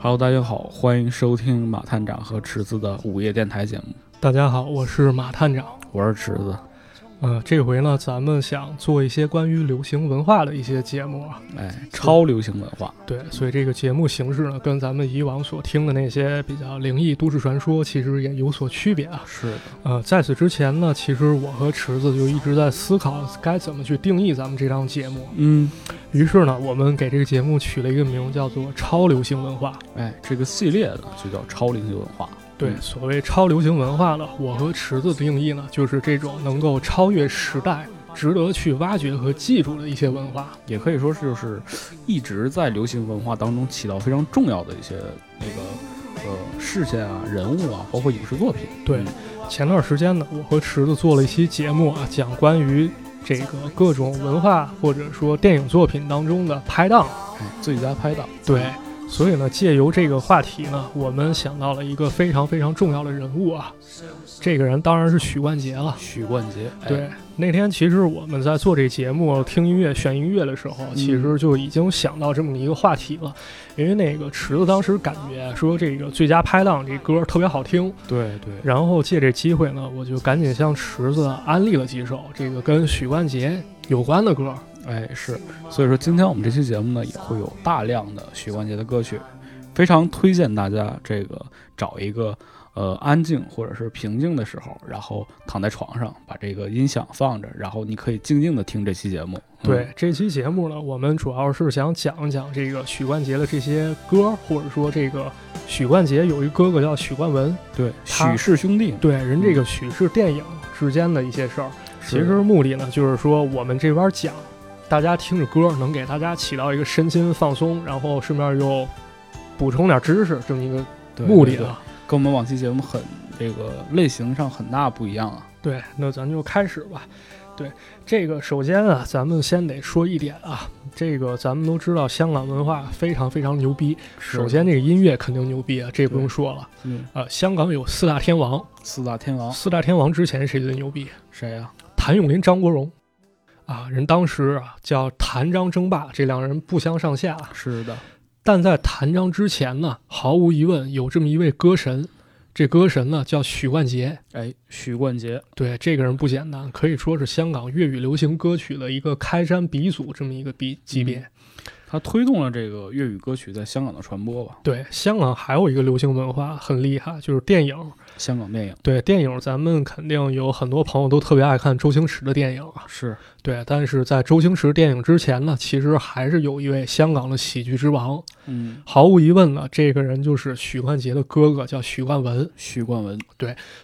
Hello，大家好，欢迎收听马探长和池子的午夜电台节目，大家好，我是马探长。我是池子。呃，这回呢，咱们想做一些关于流行文化的一些节目啊。哎，超流行文化，对，所以这个节目形式呢，跟咱们以往所听的那些比较灵异都市传说，其实也有所区别啊。是的，呃，在此之前呢，其实我和池子就一直在思考该怎么去定义咱们这档节目。嗯，于是呢，我们给这个节目取了一个名，叫做“超流行文化”。哎，这个系列的就叫超流行文化，对，嗯所谓超流行文化呢，我和池子的定义呢，就是这种能够超越时代、值得去挖掘和记住的一些文化。也可以说是就是一直在流行文化当中起到非常重要的一些那个呃事件啊、人物啊，包括影视作品。对嗯，前段时间呢，我和池子做了一期节目啊，讲关于这个各种文化或者说电影作品当中的拍档。哎，最佳拍档，对，所以呢，借由这个话题呢，我们想到了一个非常非常重要的人物啊，这个人当然是许冠杰了。许冠杰。哎对，，那天其实我们在做这节目、听音乐、选音乐的时候，嗯其实就已经想到这么一个话题了。因为那个池子当时感觉说这个《最佳拍档》这歌特别好听，对对，然后借这机会呢，我就赶紧向池子安利了几首这个跟许冠杰有关的歌。哎，是，所以说今天我们这期节目呢，也会有大量的许冠杰的歌曲，非常推荐大家这个找一个呃安静或者是平静的时候，然后躺在床上，把这个音响放着，然后你可以静静的听这期节目。嗯对、，这期节目呢，我们主要是想讲一讲这个许冠杰的这些歌，或者说这个许冠杰有一哥哥叫许冠文，对，他许氏兄弟，对人这个许是电影之间的一些事儿。其嗯是实目的呢，就是说我们这边讲，大家听着歌能给大家起到一个身心放松，然后顺便又补充点知识这么一个对目的对对啊。跟我们往期节目很这个类型上很大不一样啊。对，那咱就开始吧。对，这个首先啊，咱们先得说一点啊，这个咱们都知道香港文化非常非常牛逼。是首，先，这个音乐肯定牛逼啊，这不用对说了。嗯，呃，香港有四大天王，四大天王四大天王之前谁最牛逼？谁啊呀、谭咏麟、张国荣，啊，人当时啊叫谭张争霸，这两人不相上下。啊是的，但在谭张之前呢，毫无疑问有这么一位歌神，这歌神呢叫许冠杰。哎，许冠杰，对，这个人不简单，可以说是香港粤语流行歌曲的一个开山鼻祖，这么一个比级别。他推动了这个粤语歌曲在香港的传播吧，对，香港还有一个流行文化很厉害，就是电影。香港电影对电影，咱们肯定有很多朋友都特别爱看周星驰的电影啊。是。对，但是在周星驰电影之前呢，其实还是有一位香港的喜剧之王。嗯，毫无疑问呢，这个人就是许冠杰的哥哥，叫许冠文。许冠文，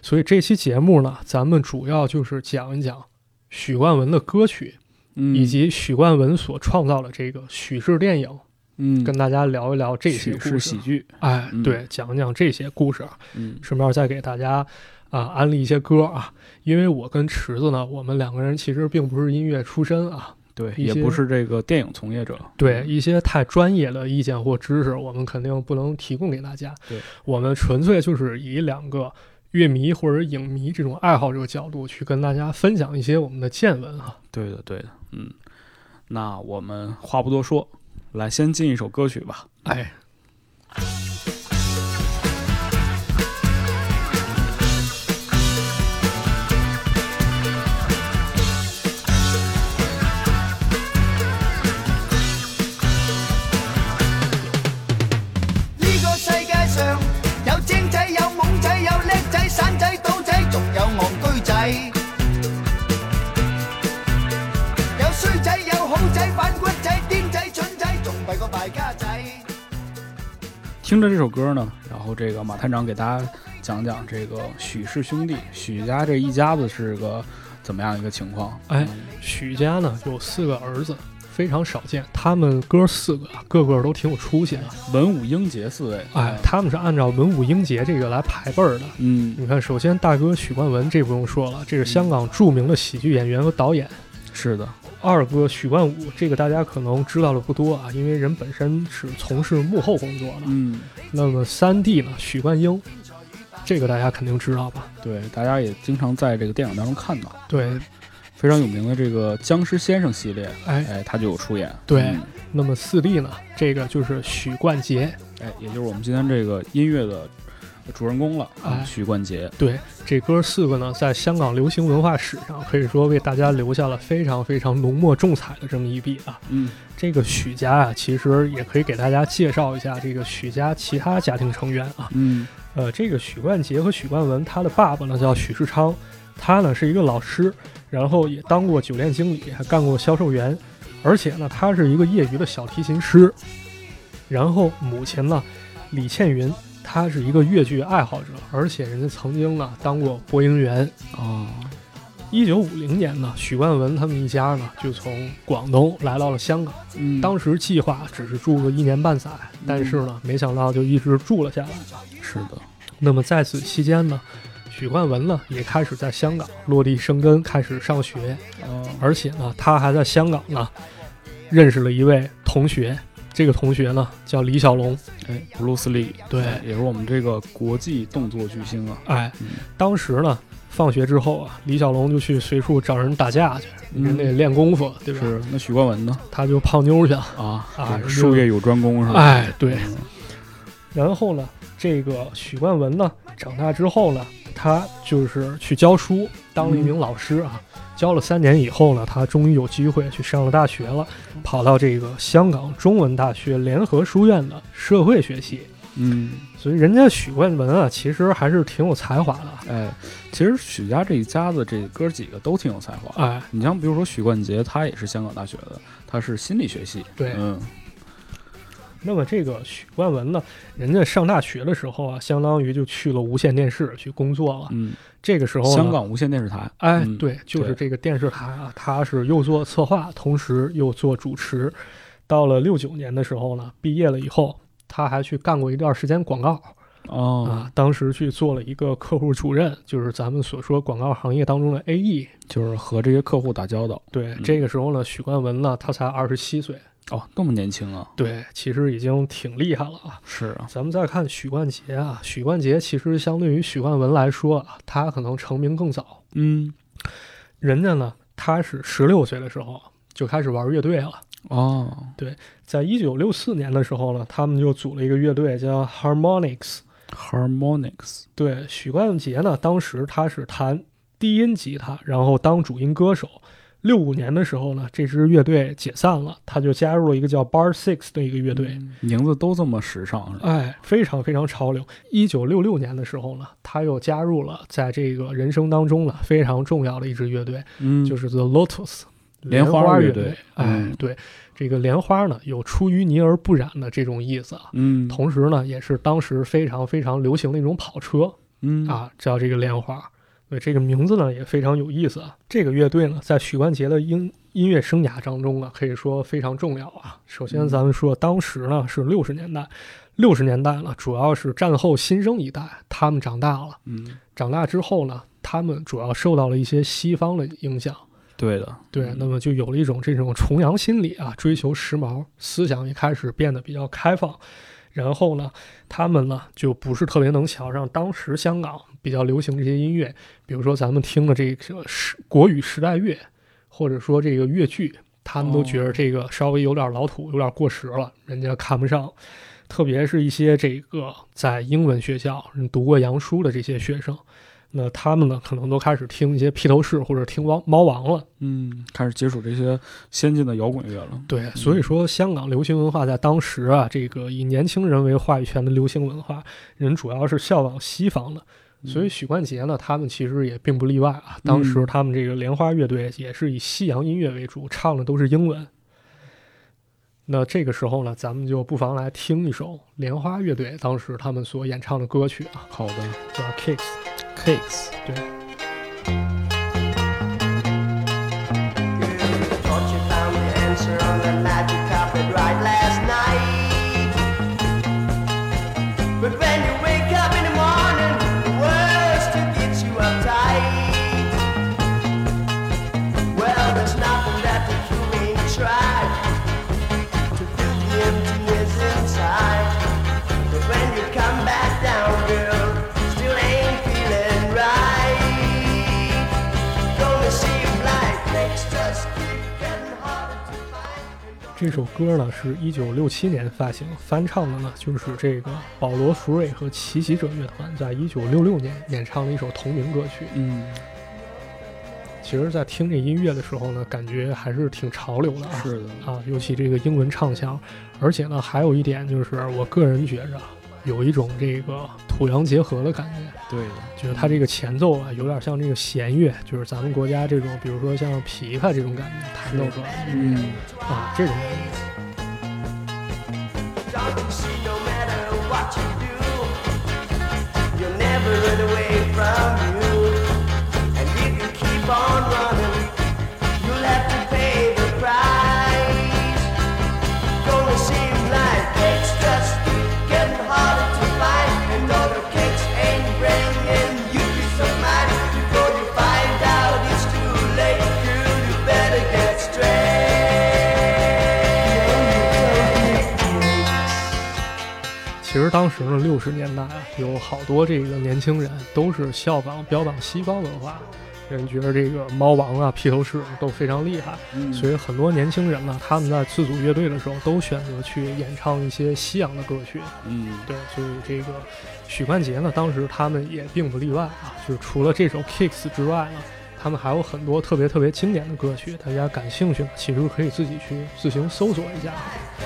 所以这期节目呢，咱们主要就是讲一讲许冠文的歌曲，嗯以及许冠文所创造的这个许氏电影，嗯跟大家聊一聊这些许故是喜事。剧，哎嗯，对，讲一讲这些故事啊。嗯顺便再给大家啊、安利一些歌啊，因为我跟池子呢，我们两个人其实并不是音乐出身啊，对，一也些不是这个电影从业者，对嗯一些太专业的意见或知识，我们肯定不能提供给大家。对，我们纯粹就是以两个乐迷或者影迷这种爱好者角度去跟大家分享一些我们的见闻啊。对的对的，嗯，那我们话不多说，来先进一首歌曲吧，哎，呢個世界上有精仔、有懵仔、有叻仔、散仔、賭仔，仲有戇居仔。有衰仔、有好仔、反骨仔、癲仔、蠢仔，仲弊過敗家仔。听着这首歌呢，然后这个马探长给大家讲讲这个许氏兄弟，许家这一家子是个怎么样一个情况？哎嗯，许家呢有四个儿子，非常少见，他们哥四个啊个个都挺有出息的。文武英杰四位，啊哎，他们是按照文武英杰这个来排辈儿的。嗯，你看，首先大哥许冠文这不用说了，这是香港著名的喜剧演员和导演。是的，二哥许冠武这个大家可能知道的不多啊，因为人本身是从事幕后工作的。嗯，那么三弟呢，许冠英，这个大家肯定知道吧？对，大家也经常在这个电影当中看到对，非常有名的这个僵尸先生系列，哎，哎，他就有出演，对嗯那么四弟呢，这个就是许冠杰，哎，也就是我们今天这个音乐的主人公了啊，哎许冠杰。对，这哥四个呢，在香港流行文化史上，可以说为大家留下了非常非常浓墨重彩的这么一笔啊。嗯，这个许家啊，其实也可以给大家介绍一下这个许家其他家庭成员啊。嗯呃，这个许冠杰和许冠文，他的爸爸呢叫许世昌，他呢是一个老师，然后也当过酒店经理，还干过销售员，而且呢，他是一个业余的小提琴师。然后母亲呢，李倩云，她是一个越剧爱好者，而且人家曾经呢当过播音员。哦，一九五零年呢，许冠文他们一家呢就从广东来到了香港。嗯当时计划只是住个一年半载，但是呢，没想到就一直住了下来。是的，那么在此期间呢，许冠文呢也开始在香港落地生根，开始上学，哦，而且呢，他还在香港呢认识了一位同学，这个同学呢叫李小龙。哎，布鲁斯利，对哎，也是我们这个国际动作巨星啊。哎嗯，当时呢，放学之后啊，李小龙就去随处找人打架去，人得嗯练功夫，对吧？是那许冠文呢？他就泡妞去了。啊啊这术业有专攻是吧？哎，对，嗯，然后呢，这个许冠文呢，长大之后呢，他就是去教书，当了一名老师啊。教了三年以后呢，他终于有机会去上了大学了，跑到这个香港中文大学联合书院的社会学系。嗯，所以人家许冠文啊，其实还是挺有才华的。哎，其实许家这一家子这哥几个都挺有才华。哎，你像比如说许冠杰，他也是香港大学的，他是心理学系。对嗯，那么这个许冠文呢，人家上大学的时候啊，相当于就去了无线电视去工作了。嗯，这个时候呢，香港无线电视台。哎，嗯对，就是对这个电视台啊，他是又做策划，同时又做主持。到了六九年的时候呢，毕业了以后，他还去干过一段时间广告、哦，啊。当时去做了一个客户主任，就是咱们所说广告行业当中的 AE。就是和这些客户打交道。对，嗯这个时候呢，许冠文呢，他才二十七岁，哦，那么年轻啊！对，其实已经挺厉害了啊。是啊，咱们再看许冠杰啊，许冠杰其实相对于许冠文来说啊，他可能成名更早。嗯，人家呢，他是十六岁的时候就开始玩乐队了。哦，在一九六四年的时候呢，他们就组了一个乐队叫 Harmonix。 Harmonics，对，许冠杰呢，当时他是弹低音吉他，然后当主音歌手。六五年的时候呢，这支乐队解散了，他就加入了一个叫 Bar Six 的一个乐队。嗯啊名字都这么时尚是吧？哎，非常非常潮流。一九六六年的时候呢，他又加入了在这个人生当中呢非常重要的一支乐队，嗯就是 The Lotus 莲花花乐乐队哎嗯，对，这个莲花呢有出淤泥而不染的这种意思啊。嗯同时呢，也是当时非常非常流行的一种跑车嗯，啊，叫这个莲花。对这个名字呢也非常有意思啊。这个乐队呢，在许冠杰的音音乐生涯当中呢，啊可以说非常重要啊。首先，嗯咱们说当时呢是六十年代，六十年代呢主要是战后新生一代，他们长大了，嗯，长大之后呢，他们主要受到了一些西方的影响，对的，对，嗯那么就有了一种这种崇洋心理啊，追求时髦，思想也开始变得比较开放。然后呢，他们呢就不是特别能瞧上当时香港比较流行这些音乐，比如说咱们听的这个时国语时代乐，或者说这个越剧，他们都觉得这个稍微有点老土，有点过时了，人家看不上。特别是一些这个在英文学校读过洋书的这些学生，那他们呢可能都开始听一些披头士或者听汪猫王了。嗯，开始接触这些先进的摇滚乐了。对，所以说香港流行文化在当时啊，这个以年轻人为话语权的流行文化，人主要是效仿西方的。所嗯以许冠杰呢，他们其实也并不例外啊。当时他们这个莲花乐队也是以西洋音乐为主，唱的都是英文。那这个时候呢，咱们就不妨来听一首莲花乐队当时他们所演唱的歌曲啊，好的叫《Kiss》。 ，Cakes， Thought you found the answer on the magic carpet ride last night. But when you wake up in the morning, the world still gets you uptight. Well, there's nothing left that you ain't tried to fill the emptiness inside. But when you come back down, girl, still ain't feeling right. 这首歌呢是一九六七年发行，翻唱的呢就是这个保罗·福瑞和奇袭者乐团在一九六六年演唱的一首同名歌曲。嗯，其实，在听这音乐的时候呢，感觉还是挺潮流的啊。是的，啊，尤其这个英文唱腔，而且呢，还有一点就是，我个人觉着有一种这个土洋结合的感觉，对的，觉得它这个前奏啊，有点像这个弦乐，就是咱们国家这种，比如说像琵琶这种感觉弹奏出来嗯，的啊，这种感觉。 Darling, see, no matter what you do, you'll never run away from you. And if you keep on running, you'll have to pay the price. Gonna seem like it's just getting harder to find, and all the kicks ain't bringing you peace of mind. Before you find out it's too late, girl, you better get straight. 其实当时呢，六十年代啊，有好多这个年轻人都是效仿标榜西方文化，人觉得这个猫王啊、披头士都非常厉嗯害，所以很多年轻人呢，他们在自主乐队的时候都选择去演唱一些西洋的歌曲。嗯，对，所以这个许冠杰呢，当时他们也并不例外啊，就是除了这首《Kicks》之外呢。他们还有很多特别特别经典的歌曲，大家感兴趣呢，其实可以自己去自行搜索一下。啊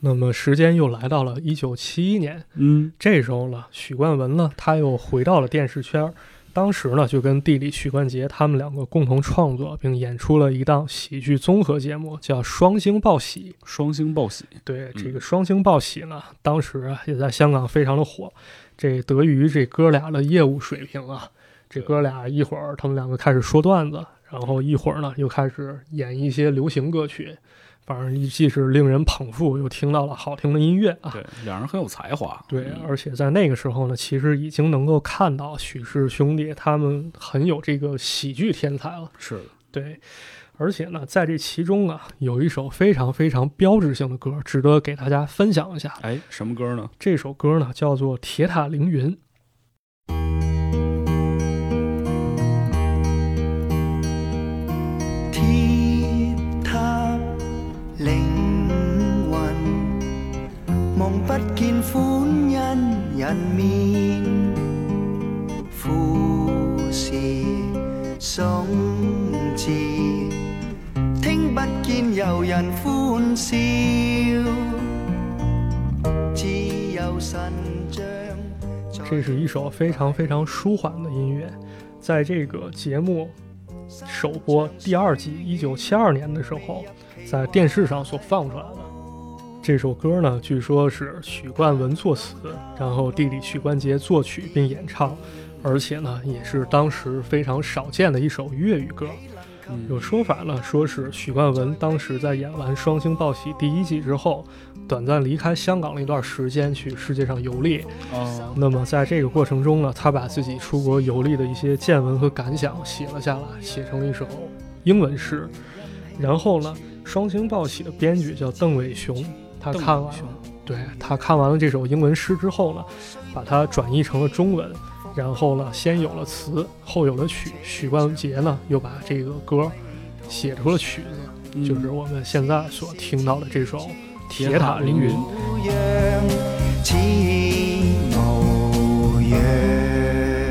那么时间又来到了一九七一年，嗯，这时候呢，许冠文呢，他又回到了电视圈儿。当时呢，就跟弟弟许冠杰他们两个共同创作并演出了一档喜剧综合节目，叫《双星报喜双星报喜，》。对，这个《双星报喜》呢，当时啊也在香港非常的火。这得益于这哥俩的业务水平啊，这哥俩一会儿他们两个开始说段子，然后一会儿呢又开始演一些流行歌曲，反正既是令人捧腹，又听到了好听的音乐啊。对，两人很有才华，对嗯，而且在那个时候呢，其实已经能够看到许氏兄弟他们很有这个喜剧天才了。是的，对，而且呢，在这其中啊，有一首非常非常标志性的歌，值得给大家分享一下。哎，什么歌呢？这首歌呢，叫做《铁塔凌云》。鐵塔凌雲，望不見歡欣人面，富士sống字，聽不見遊人歡笑，只有神像在。这是一首非常非常舒缓的音乐。在这个节目首播第二季一九七二年的时候，在电视上所放出来的这首歌呢，据说是许冠文作词，然后弟弟许冠杰作曲并演唱，而且呢，也是当时非常少见的一首粤语歌。嗯有说法呢，说是许冠文当时在演完《双星报喜》第一季之后，短暂离开香港了一段时间，去世界上游历。哦，那么在这个过程中呢，他把自己出国游历的一些见闻和感想写了下来，写成了一首英文诗。然后呢，《双星报喜》的编剧叫邓伟雄，他邓看完雄对他看完了这首英文诗之后呢，把它转译成了中文。然后呢，先有了词，后有了曲。许冠杰呢，又把这个歌写出了曲子，嗯就是我们现在所听到的这首《铁铁塔塔凌凌云云》。樣似模樣。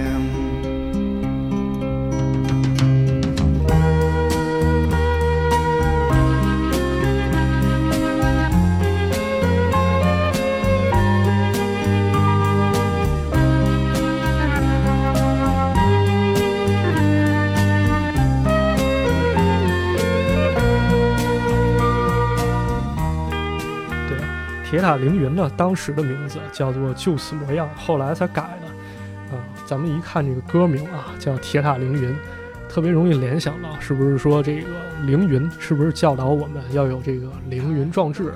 对，铁塔凌云呢，当时的名字叫做《救死模样》，后来才改的。啊、咱们一看这个歌名啊，叫《铁塔凌云》，特别容易联想到是不是说这个凌云是不是教导我们要有这个凌云壮志，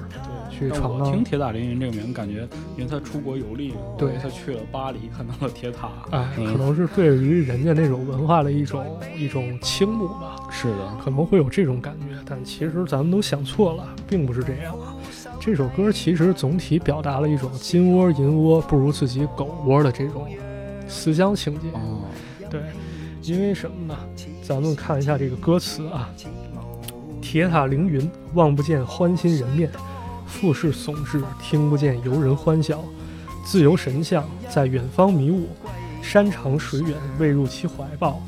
去但闯我荡听。铁塔凌云这个名，感觉因为他出国游历嘛，哦对他去了巴黎，看到了铁塔，哎，可嗯，能是对于人家那种文化的一种一种倾慕吧，是的，可能会有这种感觉，但其实咱们都想错了，并不是这样啊。这首歌其实总体表达了一种金窝银窝不如自己狗窝的这种思乡情节。哦，对，因为什么呢？咱们看一下这个歌词啊：铁塔凌云，望不见欢欣人面；富士耸峙，听不见游人欢笑。自由神像在远方迷雾，山长水远未入其怀抱。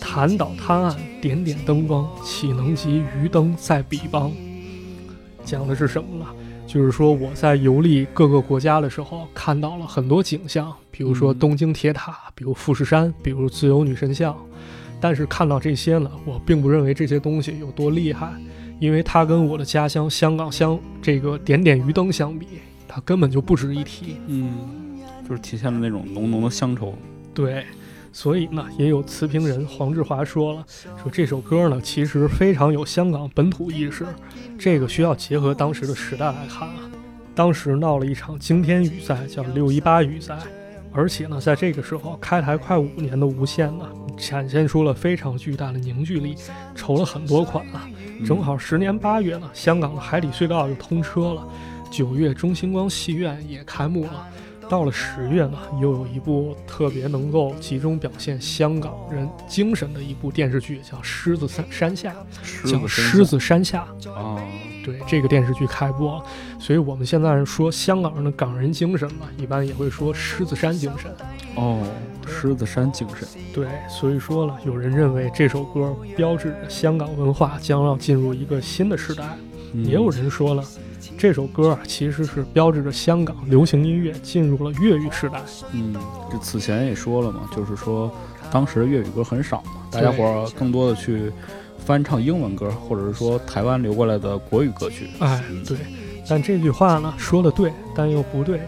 潭岛滩岸，点点灯光，岂能及渔灯在彼邦？讲的是什么呢？就是说我在游历各个国家的时候，看到了很多景象，比如说嗯东京铁塔，比如富士山，比如自由女神像。但是看到这些呢，我并不认为这些东西有多厉害，因为它跟我的家乡香港相这个点点鱼灯相比，它根本就不值一提。嗯，就是体现了那种浓浓的乡愁。对，所以呢，也有词评人黄志华说了，说这首歌呢其实非常有香港本土意识，这个需要结合当时的时代来看啊。当时闹了一场惊天雨灾，叫六一八雨灾，而且呢，在这个时候开台快五年的无线呢，展现出了非常巨大的凝聚力，筹了很多款啊。嗯正，好十年八月呢，香港的海底隧道就通车了，九月中星光戏院也开幕了。到了十月呢，又有一部特别能够集中表现香港人精神的一部电视剧，叫《狮子山山下》，狮叫《子狮子山下》。啊，对，这个电视剧开播了，所以我们现在说香港人的港人精神嘛，一般也会说狮子山精神。哦，狮子山精神。对，所以说呢，有人认为这首歌标志着香港文化将要进入一个新的时代。嗯也有人说了，这首歌啊其实是标志着香港流行音乐进入了粤语时代。嗯，这此前也说了嘛，就是说当时粤语歌很少嘛，大家伙儿更多的去翻唱英文歌，或者是说台湾流过来的国语歌曲。哎嗯，对，但这句话呢说的对，但又不对，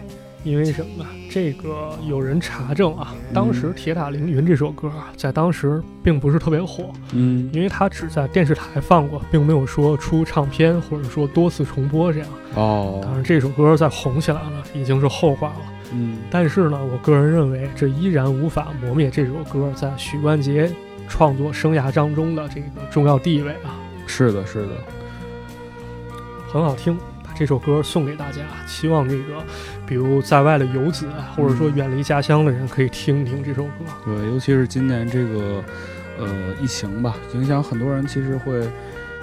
因为什么呢？这个有人查证啊，当时《铁塔凌云》这首歌啊，在当时并不是特别火，嗯因为它只在电视台放过，并没有说出唱片或者说多次重播这样。当哦，然，这首歌在红起来了，已经是后话了。嗯但是呢，我个人认为这依然无法磨灭这首歌在许冠杰创作生涯当中的这个重要地位啊，是的，是的，很好听。把这首歌送给大家，希望这个，比如在外的游子啊，或者说远离家乡的人，可以听一听这首歌。对，尤其是今年这个呃疫情吧，影响很多人，其实会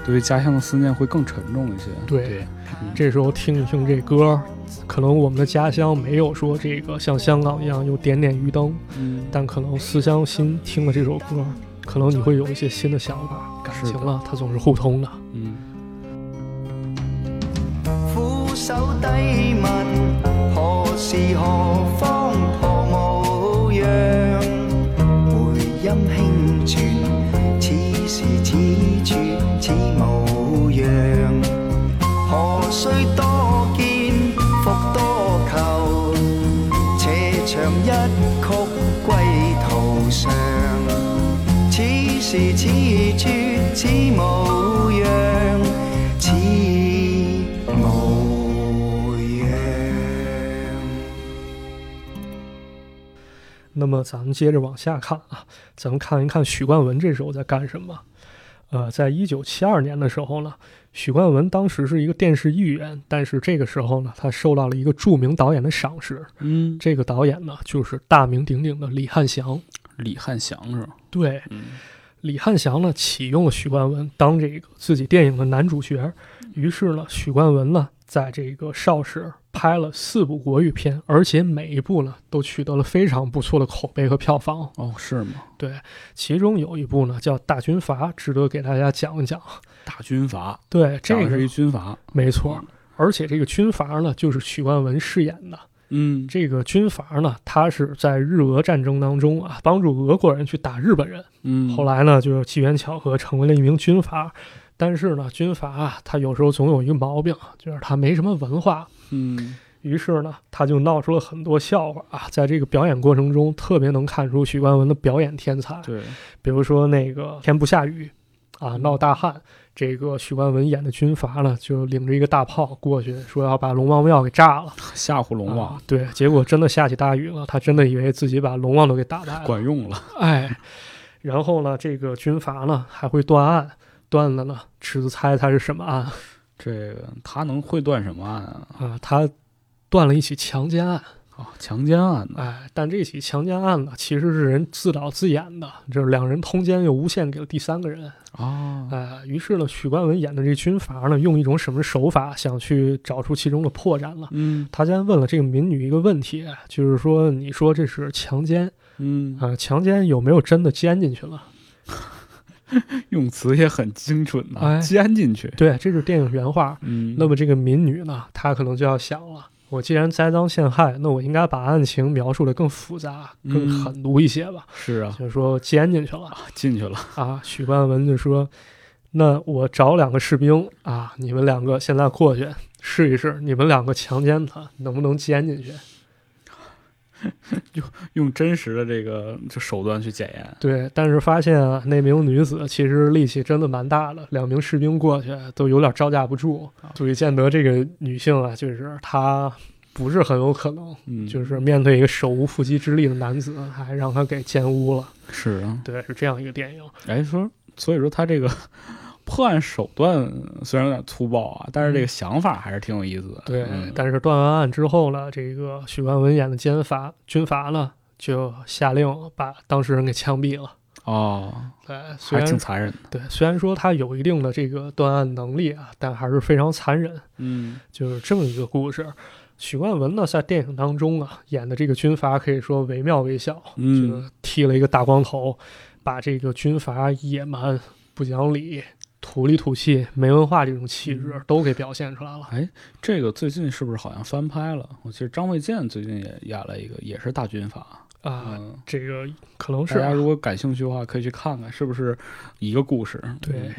对于家乡的思念会更沉重一些。对对，嗯这时候听一听这歌，可能我们的家乡没有说这个像香港一样有点点鱼灯，嗯但可能思乡心听了这首歌，可能你会有一些新的想法。感是的情了，它总是互通的。嗯，俯首低问，何時何方何模樣？回音輕傳，此時此處此模樣。何須多見，復多求？斜長一曲歸途上，此時此處此模樣，此模樣。那么咱们接着往下看啊，咱们看一看许冠文这时候在干什么。呃，在一九七二年的时候呢，许冠文当时是一个电视艺员，但是这个时候呢，他受到了一个著名导演的赏识。嗯，这个导演呢，就是大名鼎鼎的李翰祥。李汉祥是吧？对，嗯李翰祥呢启用了许冠文当这个自己电影的男主角，于是呢，许冠文呢在这个邵氏拍了四部国语片，而且每一部呢都取得了非常不错的口碑和票房。哦，是吗？其中有一部呢叫《大军阀》，值得给大家讲一讲。大军阀，对，这讲的个是一军阀。没错。而且这个军阀呢，就是许冠文饰演的。嗯，这个军阀呢，他是在日俄战争当中啊，帮助俄国人去打日本人。嗯，后来呢，就是机缘巧合成为了一名军阀。但是呢，军阀啊，他有时候总有一个毛病，啊就是他没什么文化。嗯于是呢，他就闹出了很多笑话啊。在这个表演过程中，特别能看出许冠文的表演天才。对，比如说那个天不下雨啊，嗯闹大旱，这个许冠文演的军阀呢，就领着一个大炮过去，说要把龙王庙给炸了。 吓唬龙王啊，对，结果真的下起大雨了，他真的以为自己把龙王都给打败了。啊管用了。哎，然啊后呢，这个军阀呢还会断案，断了呢，池子猜猜是什么案？这个他能会断什么案啊？啊，他断了一起强奸案，哦，强奸案呢？哎，但这起强奸案呢，其实是人自导自演的，就是两人通奸又诬陷给了第三个人，哦，哎，于是呢，许冠文演的这军阀呢，用一种什么手法想去找出其中的破绽了。嗯他先问了这个民女一个问题，就是说，你说这是强奸嗯，啊、强奸有没有真的奸进去了？用词也很精准呐、哎奸进去。对，这是电影原话。嗯，那么这个民女呢，她可能就要想了：我既然栽赃陷害，那我应该把案情描述的更复杂、更嗯狠毒一些吧。是啊，就是说奸进去了啊进去了。啊。许冠文就说：“那我找两个士兵啊，你们两个现在过去试一试，你们两个强奸他，能不能奸进去？”用真实的这个就手段去检验。对，但是发现啊，那名女子其实力气真的蛮大的，两名士兵过去都有点招架不住，足以见得这个女性啊，就是她不是很有可能，嗯，就是面对一个手无缚鸡之力的男子，还让他给奸污了。是啊。对，是这样一个电影。哎，说所以说他这个 破案手段虽然有点粗暴啊，但是这个想法还是挺有意思的。嗯对，嗯但是断完案之后呢，这个许冠文演的奸阀军阀呢，就下令把当事人给枪毙了。哦，对，虽还然挺残忍的。对，虽然说他有一定的这个断案能力啊，但还是非常残忍。嗯，就是这么一个故事。许冠文呢，在电影当中啊，演的这个军阀可以说惟妙惟肖，嗯就是剃了一个大光头，把这个军阀野蛮、不讲理、土里土气、没文化这种气质嗯都给表现出来了。这个最近是不是好像翻拍了？我记得张卫健最近也演了一个，也是大军阀。啊，嗯，这个可能是大啊家如果感兴趣的话，可以去看看，是不是一个故事？嗯对，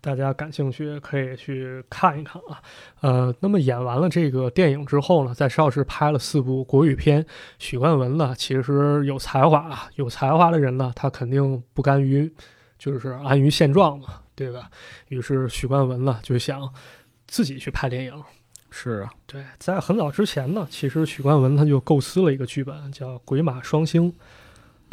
大家感兴趣可以去看一看啊。呃，那么演完了这个电影之后呢，在邵氏拍了四部国语片。许冠文呢，其实有才华，啊，有才华的人呢，他肯定不甘于就是安于现状嘛，对吧？于是许冠文呢就想自己去拍电影。是啊，对，在很早之前呢，其实许冠文他就构思了一个剧本，叫《鬼马双星》。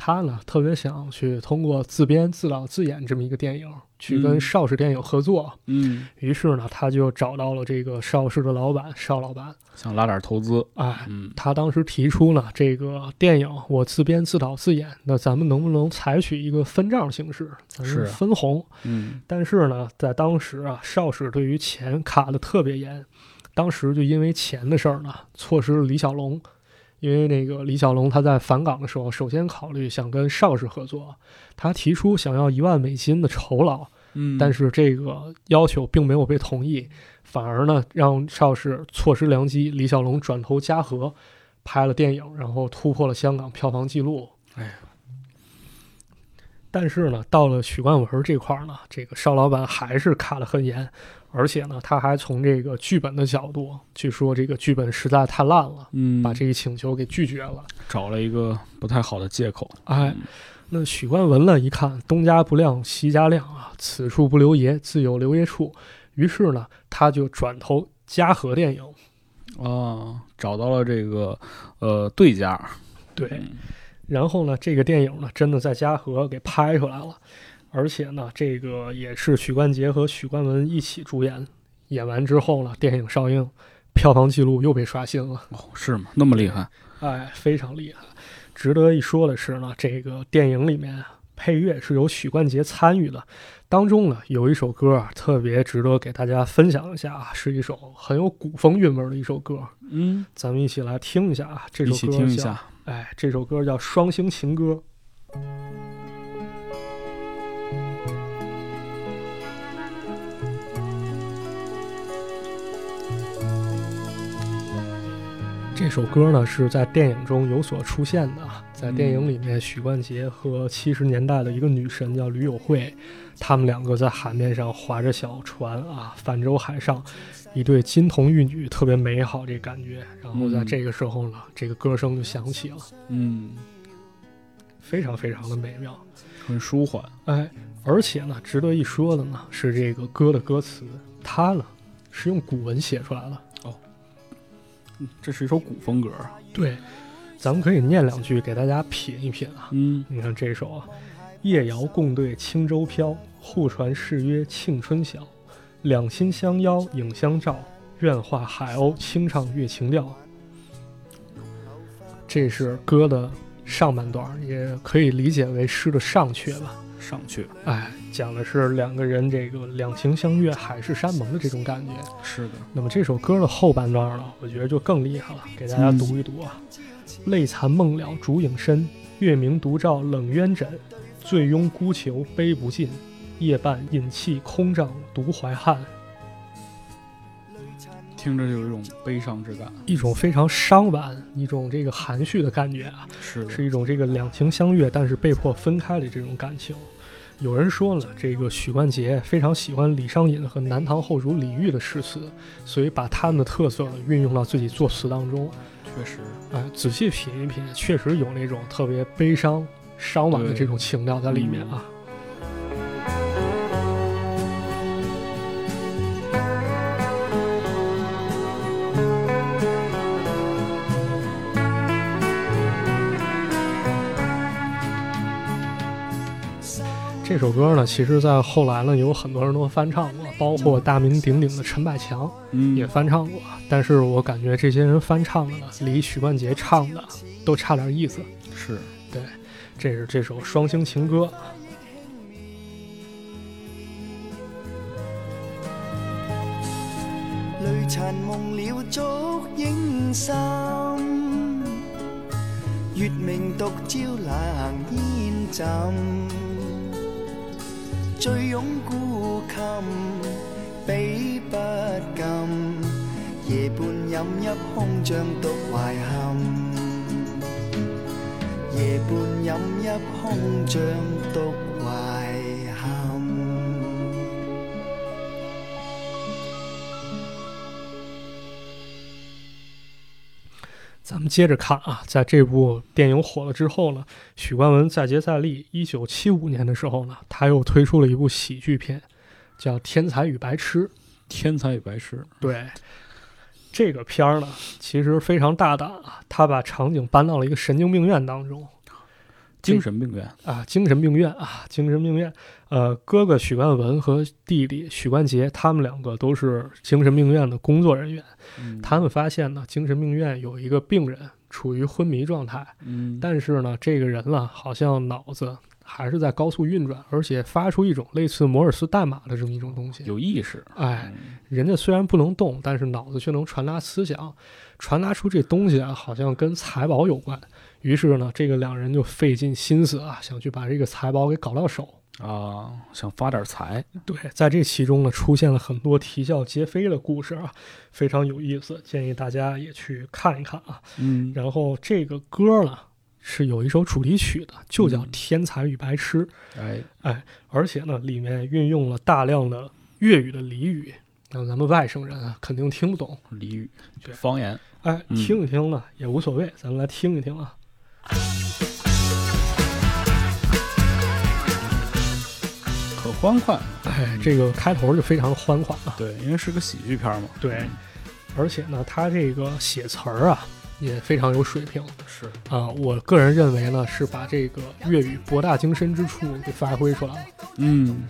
他呢特别想去通过自编、自导、自演这么一个电影，去嗯跟邵氏电影合作。嗯，于是呢，他就找到了这个邵氏的老板邵老板。想拉点投资。哎，嗯，他当时提出呢，这个电影我自编、自导、自演，那咱们能不能采取一个分账形式，咱是啊们分红？嗯，但是呢，在当时啊，邵氏对于钱卡的特别严，当时就因为钱的事儿呢，错失了李小龙。因为那个李小龙他在返港的时候，首先考虑想跟邵氏合作，他提出想要一万美金的酬劳，嗯但是这个要求并没有被同意，反而呢让邵氏错失良机。李小龙转投嘉禾，拍了电影，然后突破了香港票房纪录。哎呀但是呢，到了许冠文这块儿呢，这个邵老板还是卡得很严，而且呢，他还从这个剧本的角度去说，这个剧本实在太烂了，嗯，把这个请求给拒绝了。找了一个不太好的借口。哎，那许冠文呢？一看东家不亮西家亮啊，此处不留爷，自有留爷处。于是呢，他就转投嘉禾电影。哦，找到了这个呃对家，对，然后呢，这个电影呢，真的在嘉禾给拍出来了，而且呢，这个也是许冠杰和许冠文一起主演。演完之后呢，电影上映，票房记录又被刷新了。哦，是吗？那么厉害？哎，非常厉害。值得一说的是呢，这个电影里面啊配乐是由许冠杰参与的，当中呢有一首歌啊特别值得给大家分享一下啊，是一首很有古风韵味儿的一首歌，嗯，咱们一起来听一下啊。这一首起歌听一叫，下。哎，这首歌叫《双星情歌》。这首歌呢是在电影中有所出现的啊，在电影里面，许冠杰和七十年代的一个女神叫吕友惠，他们两个在海面上划着小船啊，泛舟海上，一对金童玉女，特别美好这感觉。然后在嗯这个时候呢，这个歌声就响起了，嗯，非常非常的美妙。很舒缓。哎，而且呢，值得一说的呢是这个歌的歌词，它呢是用古文写出来的。这是一首古风歌。对，咱们可以念两句给大家品一品啊。嗯，你看这首啊，《夜遥共对轻舟飘，户船誓约庆春晓。两心相邀影相照，愿化海鸥轻唱月情调。这是歌的上半段，也可以理解为诗的上阙吧。上去哎，讲的是两个人这个两情相悦、海誓山盟的这种感觉。是的，那么这首歌的后半段呢，我觉得就更厉害了，给大家读一读啊：泪残梦了烛影深，月明独照冷渊枕，醉拥孤囚悲不尽，夜半饮泣空帐独怀汉。听着就有一种悲伤之感。一种非常伤婉、一种这个含蓄的感觉啊，是的，是一种这个两情相悦但是被迫分开的这种感情。有人说了，这个许冠杰非常喜欢李商隐和南唐后主李煜的诗词，所以把他们的特色呢运用到自己作词当中。确实，哎，仔细品一品，确实有那种特别悲伤、伤婉的对这种情调在里面啊。这首歌呢，其实在后来呢，有很多人都翻唱过，包括大名鼎鼎的陈百强。嗯，也翻唱过，但是我感觉这些人翻唱的呢，离许冠杰唱的都差点意思。是这是这首《双星情歌》。泪残梦了烛影深，月明独照冷烟枕，醉拥孤琴，比不禁，夜半饮泣空像独怀憾，夜半饮泣空像独怀憾。咱们接着看啊，在这部电影火了之后呢，许冠文再接再厉。一九七五年的时候呢，他又推出了一部喜剧片，叫《天才与白痴》。天才与白痴，对，这个片儿呢，其实非常大胆啊，他把场景搬到了一个神经病院当中。精神病院，啊，精神病院啊，精神病院。呃，哥哥许冠文和弟弟许冠杰，他们两个都是精神病院的工作人员。嗯他们发现呢，精神病院有一个病人处于昏迷状态，嗯，但是呢，这个人呢，好像脑子还是在高速运转，而且发出一种类似摩尔斯代码的这么一种东西。有意识，哎，嗯人家虽然不能动，但是脑子却能传达思想，传达出这东西啊，好像跟财宝有关。于是呢，这个两人就费尽心思啊，想去把这个财宝给搞到手。啊，想发点财，对，在这其中呢，出现了很多啼笑皆非的故事啊，非常有意思，建议大家也去看一看啊。嗯，然后这个歌呢，是有一首主题曲的，就叫嗯《天才与白痴》，哎，而且呢，里面运用了大量的粤语的俚语，那咱们外省人啊，肯定听不懂。俚语对、方言，哎，嗯听一听呢、也无所谓，咱们来听一听啊。可欢快，哎，这个开头就非常欢快啊。对，因为是个喜剧片嘛，对，而且呢，他这个写词儿啊，也非常有水平。是，啊、我个人认为呢，是把这个粤语博大精深之处给发挥出来了。嗯，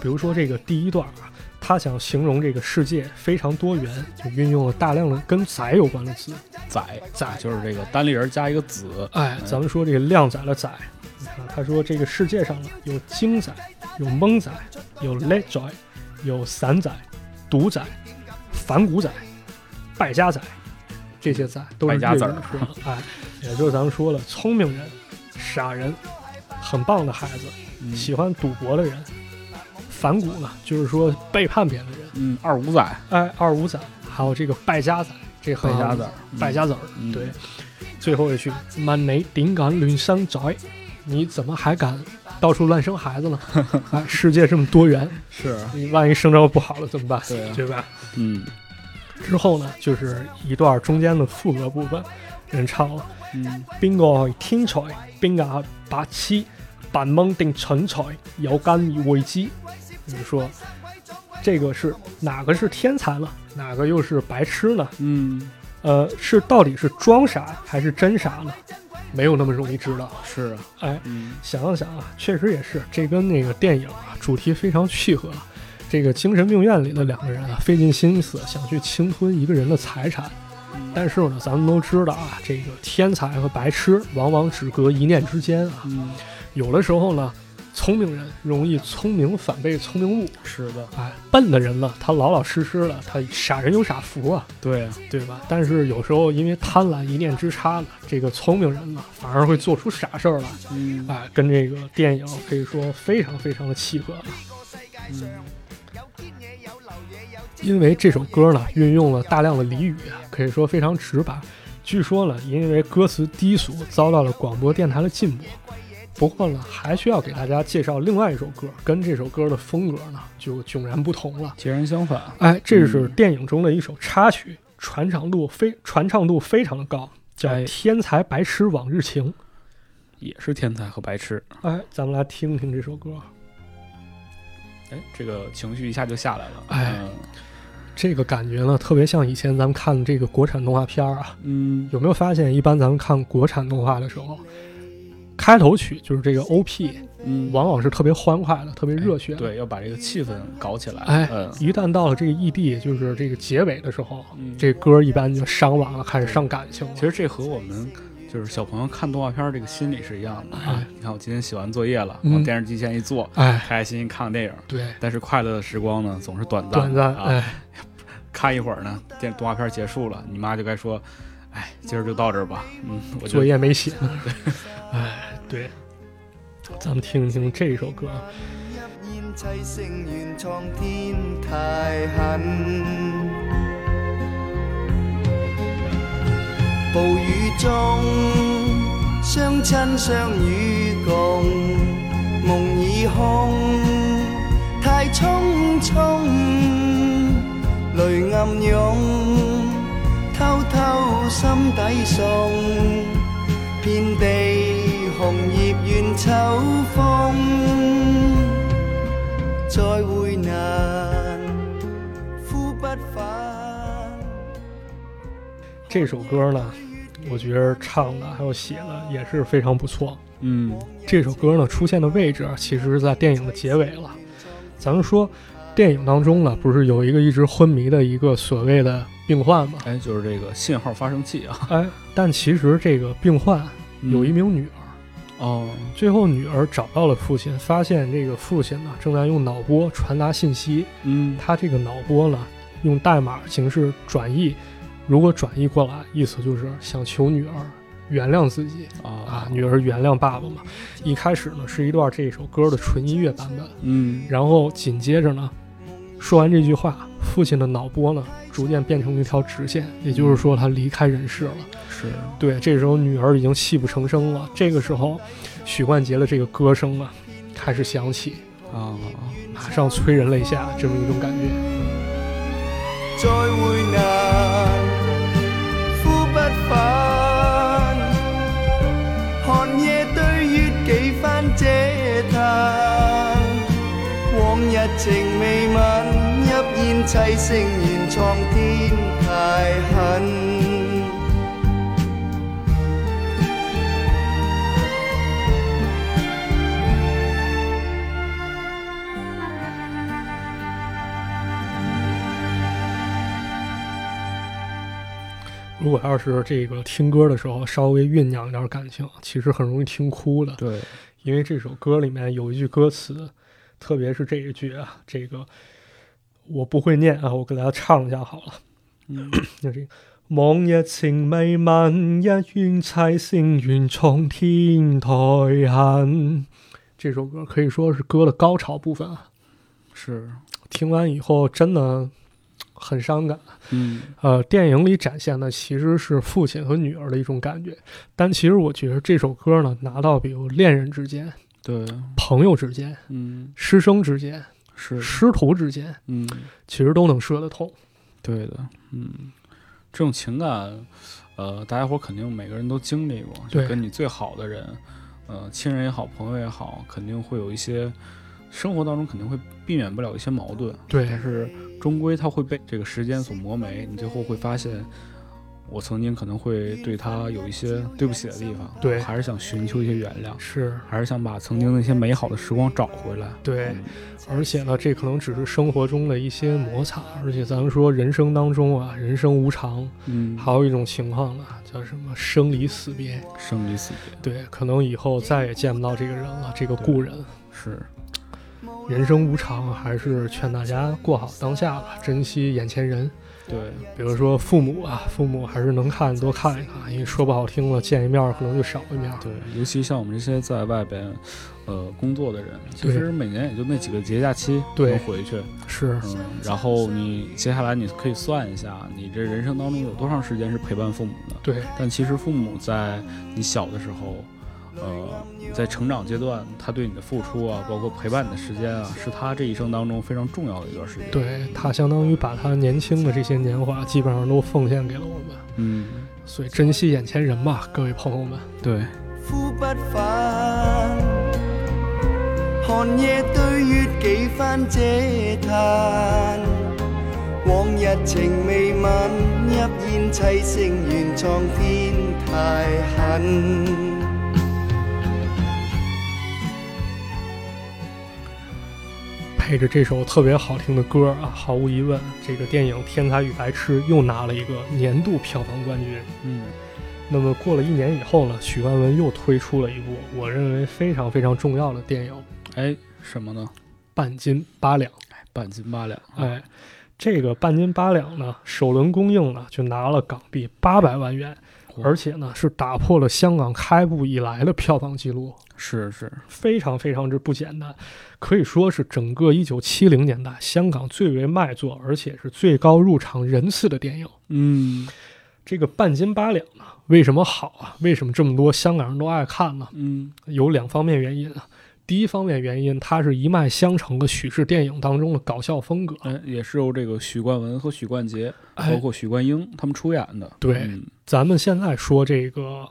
比如说这个第一段啊，他想形容这个世界非常多元，就运用了大量的跟载有关的字。宰宰就是这个单立人加一个子，哎，咱们说这个靓仔的仔，你看他说这个世界上呢有精仔，有蒙仔，有叻仔，有散仔、赌仔、反骨仔、败家仔，这些仔都是嗯败家子儿粤语说的。哎，也就是咱们说了，聪明人、傻人、很棒的孩子，嗯喜欢赌博的人，反骨呢就是说背叛别人的人。嗯，二五仔，哎，二五仔，还有这个败家仔，这败败家子儿，败家子儿，嗯对。最后一句，问你点敢乱生仔？你怎么还敢到处乱生孩子 呢？哎，世界这么多元，是，你万一生着不好了怎么办？对啊吧？嗯，之后呢，就是一段中间的副歌部分，人唱了：嗯，边個係天才，邊個係白痴，扮懵定蠢才，有根而未知。你说，这个是哪个是天才呢？哪个又是白痴呢？嗯，呃，是到底是装傻还是真傻呢？没有那么容易知道。是啊，哎，嗯，想了想啊，确实也是，这跟那个电影啊主题非常契合。这个精神病院里的两个人啊，费尽心思想去侵吞一个人的财产，但是呢，咱们都知道啊，这个天才和白痴往往只隔一念之间啊。嗯，有的时候呢，聪明人容易聪明反被聪明误，是的，哎，笨的人呢，他老老实实的，他傻人有傻福啊，对啊，对吧？但是有时候因为贪婪一念之差呢，这个聪明人呢，反而会做出傻事儿来，嗯哎，跟这个电影可以说非常非常的契合。因为这首歌呢，运用了大量的俚语，啊可以说非常直白。据说呢，因为歌词低俗，遭到了广播电台的禁播。不过呢，还需要给大家介绍另外一首歌，跟这首歌的风格呢就迥然不同了。截然相反，哎，这是电影中的一首插曲，传唱度非传唱度非常的高，叫哎《天才白痴往日情》。也是天才和白痴，哎，咱们来听听这首歌。哎，这个情绪一下就下来了，哎这个感觉呢，特别像以前咱们看这个国产动画片儿啊。嗯，嗯，有没有发现，一般咱们看国产动画的时候，开头曲就是这个 OP，嗯，往往是特别欢快的，特别热血的。对，要把这个气氛搞起来，哎嗯，一旦到了这个 ED，就是这个结尾的时候，嗯这歌一般就伤完了，开始上感情了。其实这和我们就是小朋友看动画片儿这个心理是一样的啊哎。你看，我今天写完作业了，嗯往电视机前一坐，哎，开开心心看个电影。对，但是快乐的时光呢，总是短暂的短暂，啊。哎，看一会儿呢，电动画片儿结束了，你妈就该说：“哎，今儿就到这儿吧。”嗯，我就作业 没写呢。哎，对，咱们听一听这首歌。烟砌成原创天太狠。暴雨中，相亲相与共，梦已空，太匆匆，泪暗涌，偷偷心底送，遍地红叶怨秋风。再会难，呼不返。这首歌呢，我觉得唱的还有写的也是非常不错。嗯这首歌呢出现的位置，啊其实是在电影的结尾了。咱们说，电影当中呢，不是有一个一直昏迷的一个所谓的病患吗？哎，就是这个信号发生器啊，哎，但其实这个病患有一嗯名女儿，哦，最后女儿找到了父亲，发现这个父亲呢正在用脑波传达信息，嗯，他这个脑波呢用代码形式转译，如果转译过来，意思就是想求女儿原谅自己啊啊，，女儿原谅爸爸嘛。一开始呢是一段这首歌的纯音乐版本，嗯，然后紧接着呢，说完这句话，父亲的脑波呢逐渐变成一条直线，也就是说他离开人世了。是，对，这时候女儿已经泣不成声了。这个时候，许冠杰的这个歌声啊开始响起，啊，马上催人泪下，这么一种感觉。再会难，呼不返。寒夜對月幾番嗟嘆，往日情未泯，泣煙砌成原創天太狠。如果要是这个听歌的时候稍微酝酿一点感情，其实很容易听哭的，对，因为这首歌里面有一句歌词，特别是这一句啊，这个我不会念啊，我给大家唱一下好了。嗯，就是往日情未泯，一怨砌成原创天台恨。这首歌可以说是歌的高潮部分啊，是，听完以后真的很伤感。嗯，呃，电影里展现的其实是父亲和女儿的一种感觉，但其实我觉得这首歌呢，拿到比如恋人之间、对，朋友之间、嗯，师生之间、是，师徒之间，嗯。其实都能说得通。对的，嗯，这种情感，呃，大家伙儿肯定每个人都经历过，就对跟你最好的人，呃，亲人也好，朋友也好，肯定会有一些生活当中肯定会避免不了一些矛盾，对但是终归它会被这个时间所磨没，你最后会发现，我曾经可能会对他有一些对不起的地方，对还是想寻求一些原谅，是还是想把曾经那些美好的时光找回来。对，而且呢，这可能只是生活中的一些摩擦，而且咱们说人生当中啊，人生无常，嗯，还有一种情况啊，叫什么生离死别。生离死别对，可能以后再也见不到这个人了，这个故人。是，人生无常，还是劝大家过好当下吧，珍惜眼前人。对，比如说父母啊，父母还是能看多看一看，因为说不好听了，见一面可能就少一面。对，尤其像我们这些在外边，呃，工作的人，其对实每年也就那几个节假期对能回去，是，嗯，然后你接下来你可以算一下，你这人生当中有多长时间是陪伴父母的？对，但其实父母在你小的时候，呃，在成长阶段，他对你的付出啊，包括陪伴你的时间啊，是他这一生当中非常重要的一段时间。，对他相当于把他年轻的这些年华，基本上都奉献给了我们。嗯，所以珍惜眼前人吧，各位朋友们。对，呼不返。寒夜對月幾番嗟嘆，往日情未泯，泣煙砌成原創天太狠。配着这首特别好听的歌啊，毫无疑问，这个电影《天才与白痴》又拿了一个年度票房冠军。嗯，那么过了一年以后呢，许冠文又推出了一部我认为非常非常重要的电影《哎，什么呢？半斤八两》。半斤八两。，啊哎，这个《半斤八两》呢，首轮公映呢就拿了港币八百万元，哇而且呢是打破了香港开埠以来的票房记录。是是，非常非常之不简单，可以说是整个一九七零年代香港最为卖座，而且是最高入场人次的电影。嗯这个《半斤八两》呢，为什么好啊？为什么这么多香港人都爱看呢？嗯，有两方面原因啊。第一方面原因，它是一脉相承的许氏电影当中的搞笑风格。哎，也是由这个许冠文和许冠杰，包啊哎，括许冠英他们出演的。对嗯咱们现在说这个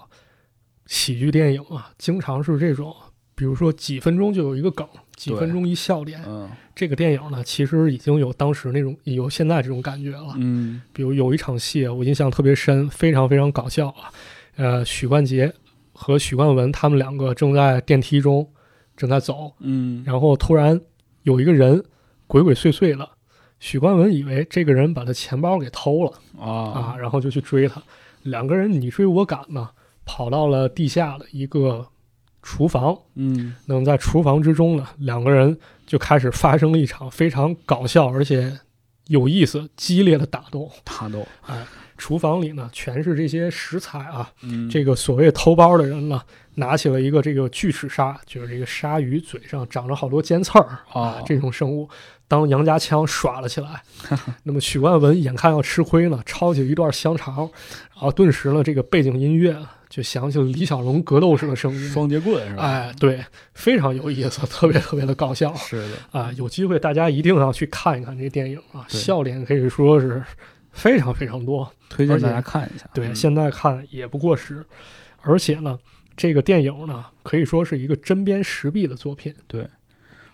喜剧电影啊，经常是这种，比如说几分钟就有一个梗，几对分钟一笑点，嗯这个电影呢，其实已经有当时那种有现在这种感觉了。嗯比如有一场戏，啊我印象特别深，非常非常搞笑啊。呃，许冠杰和许冠文他们两个正在电梯中正在走，嗯，然后突然有一个人鬼鬼祟祟了，许冠文以为这个人把他钱包给偷了啊，啊然后就去追他，两个人你追我赶呢，跑到了地下的一个厨房，嗯那么在厨房之中呢，两个人就开始发生了一场非常搞笑而且有意思、激烈的打斗。哎他都厨房里呢，全是这些食材啊。嗯这个所谓偷包的人呢，拿起了一个这个巨齿鲨，就是这个鲨鱼嘴上长着好多尖刺儿啊这种生物，当杨家枪耍了起来。那么许冠文眼看要吃亏呢，抄起一段香肠，然后顿时呢，这个背景音乐啊就响起了李小龙格斗式的声音。双截棍是吧？哎，对，非常有意思， 特别特别的搞笑是的，啊！有机会大家一定要去看一看这电影啊，对笑点可以说是非常非常多。 推荐大家而且看一下。对，嗯现在看也不过时，而且呢，这个电影呢可以说是一个针砭时弊的作品，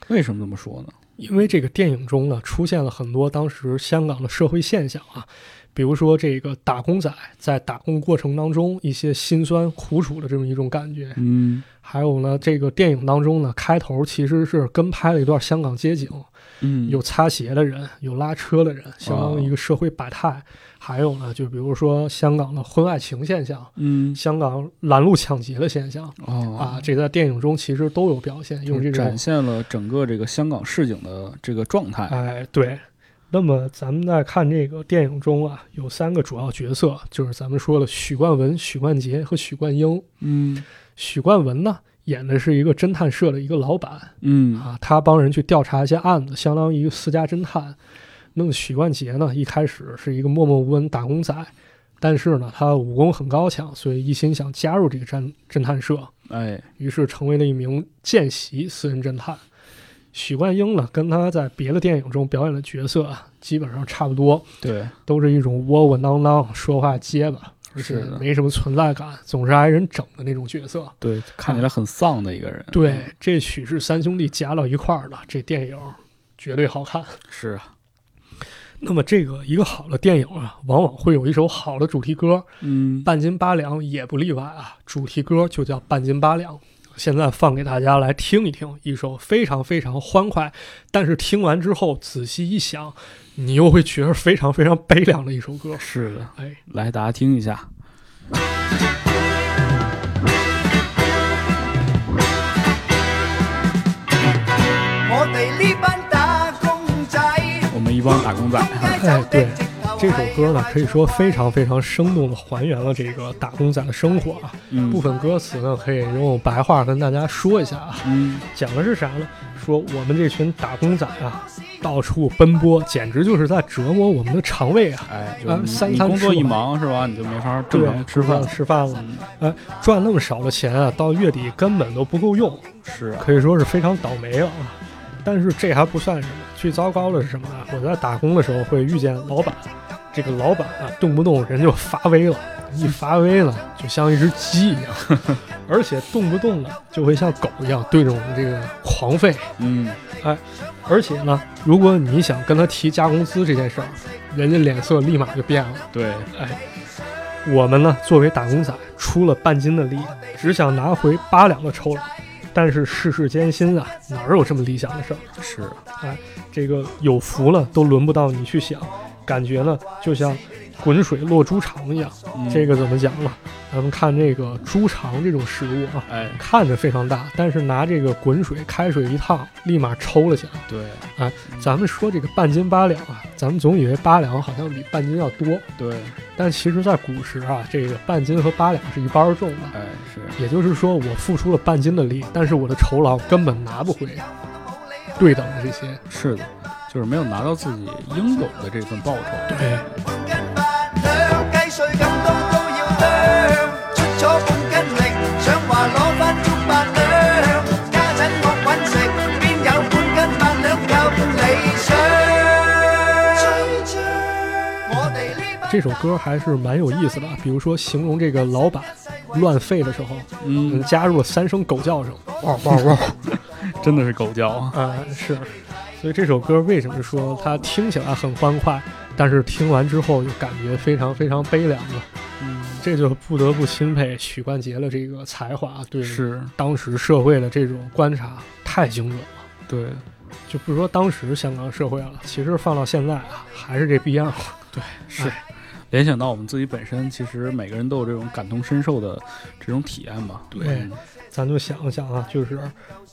为什么这么说呢？因为这个电影中呢出现了很多当时香港的社会现象啊。比如说，这个打工仔在打工过程当中一些辛酸苦楚的这么一种感觉，嗯还有呢，这个电影当中呢，开头其实是跟拍了一段香港街景，嗯哦有擦鞋的人，有拉车的人，相当于一个社会百态。还有呢，就比如说香港的婚外情现象，嗯香港拦路抢劫的现象哦啊，，这在电影中其实都有表现，就用是这展种现了整个这个香港市井的这个状态。哎对。那么咱们在看这个电影中啊，有三个主要角色，就是咱们说的许冠文、许冠杰和许冠英。嗯许冠文呢，演的是一个侦探社的一个老板，嗯啊，他帮人去调查一些案子，相当于一个私家侦探。那么许冠杰呢，一开始是一个默默无闻打工仔，但是呢，他武功很高强，所以一心想加入这个侦侦探社，哎于是成为了一名见习私人侦探。许冠英呢，跟他在别的电影中表演的角色啊基本上差不多，对都是一种窝窝囊囊、说话结巴，而且是的没什么存在感，总是挨人整的那种角色。对，看起来很丧的一个人。嗯对，这许氏三兄弟夹到一块儿了，这电影绝对好看。是啊， 那么这个一个好的电影啊，往往会有一首好的主题歌，嗯半斤八两也不例外啊。主题歌就叫半斤八两。现在放给大家来听一听，一首非常非常欢快，但是听完之后仔细一想，你又会觉得非常非常悲凉的一首歌。是的，哎，来大家听一下。我哋呢班打工仔，我们一帮打工仔，哎 对这首歌呢，可以说非常非常生动的还原了这个打工仔的生活啊。嗯部分歌词呢，可以用白话跟大家说一下啊。嗯，讲的是啥呢？说我们这群打工仔啊，到处奔波，简直就是在折磨我们的肠胃啊！哎，啊就是三你你餐工作吃一不完忙是吧，你就没法正对常吃饭了。吃饭了，哎嗯，赚那么少的钱啊，到月底根本都不够用，是啊，可以说是非常倒霉了啊。但是这还不算什么，最糟糕的是什么呢？我在打工的时候会遇见老板，这个老板啊，动不动人就发威了，一发威呢，就像一只鸡一样，而且动不动呢就会像狗一样对着我们这个狂吠。嗯，而且呢，如果你想跟他提加工资这件事儿，人家脸色立马就变了。对，哎我们呢，作为打工仔，出了半斤的力，只想拿回八两的酬劳。但是世事艰辛啊，哪有这么理想的事儿？哎是，这个有福了都轮不到你去想，感觉呢就像滚水落猪肠一样。嗯这个怎么讲呢？咱们看这个猪肠这种食物啊，哎，看着非常大，但是拿这个滚水开水一烫，立马抽了起来。哎对咱们说这个半斤八两啊，咱们总以为八两好像比半斤要多，对，但其实在古时啊，这个半斤和八两是一般而重的。哎是，也就是说，我付出了半斤的力，但是我的酬劳根本拿不回对等的这些。是的，就是没有拿到自己应有的这份报酬。对，这首歌还是蛮有意思的啊。比如说，形容这个老板乱吠的时候，嗯，嗯，加入了三声狗叫声，汪汪汪。真的是狗叫啊。啊，是。所以这首歌为什么说它听起来很欢快，但是听完之后又感觉非常非常悲凉呢？嗯，这就不得不钦佩许冠杰的这个才华，啊对是当时社会的这种观察太精准了。对，就不说当时香港社会了，其实放到现在啊，还是这逼样。是。联想到我们自己本身，其实每个人都有这种感同身受的这种体验吧。对嗯咱就想一想啊，就是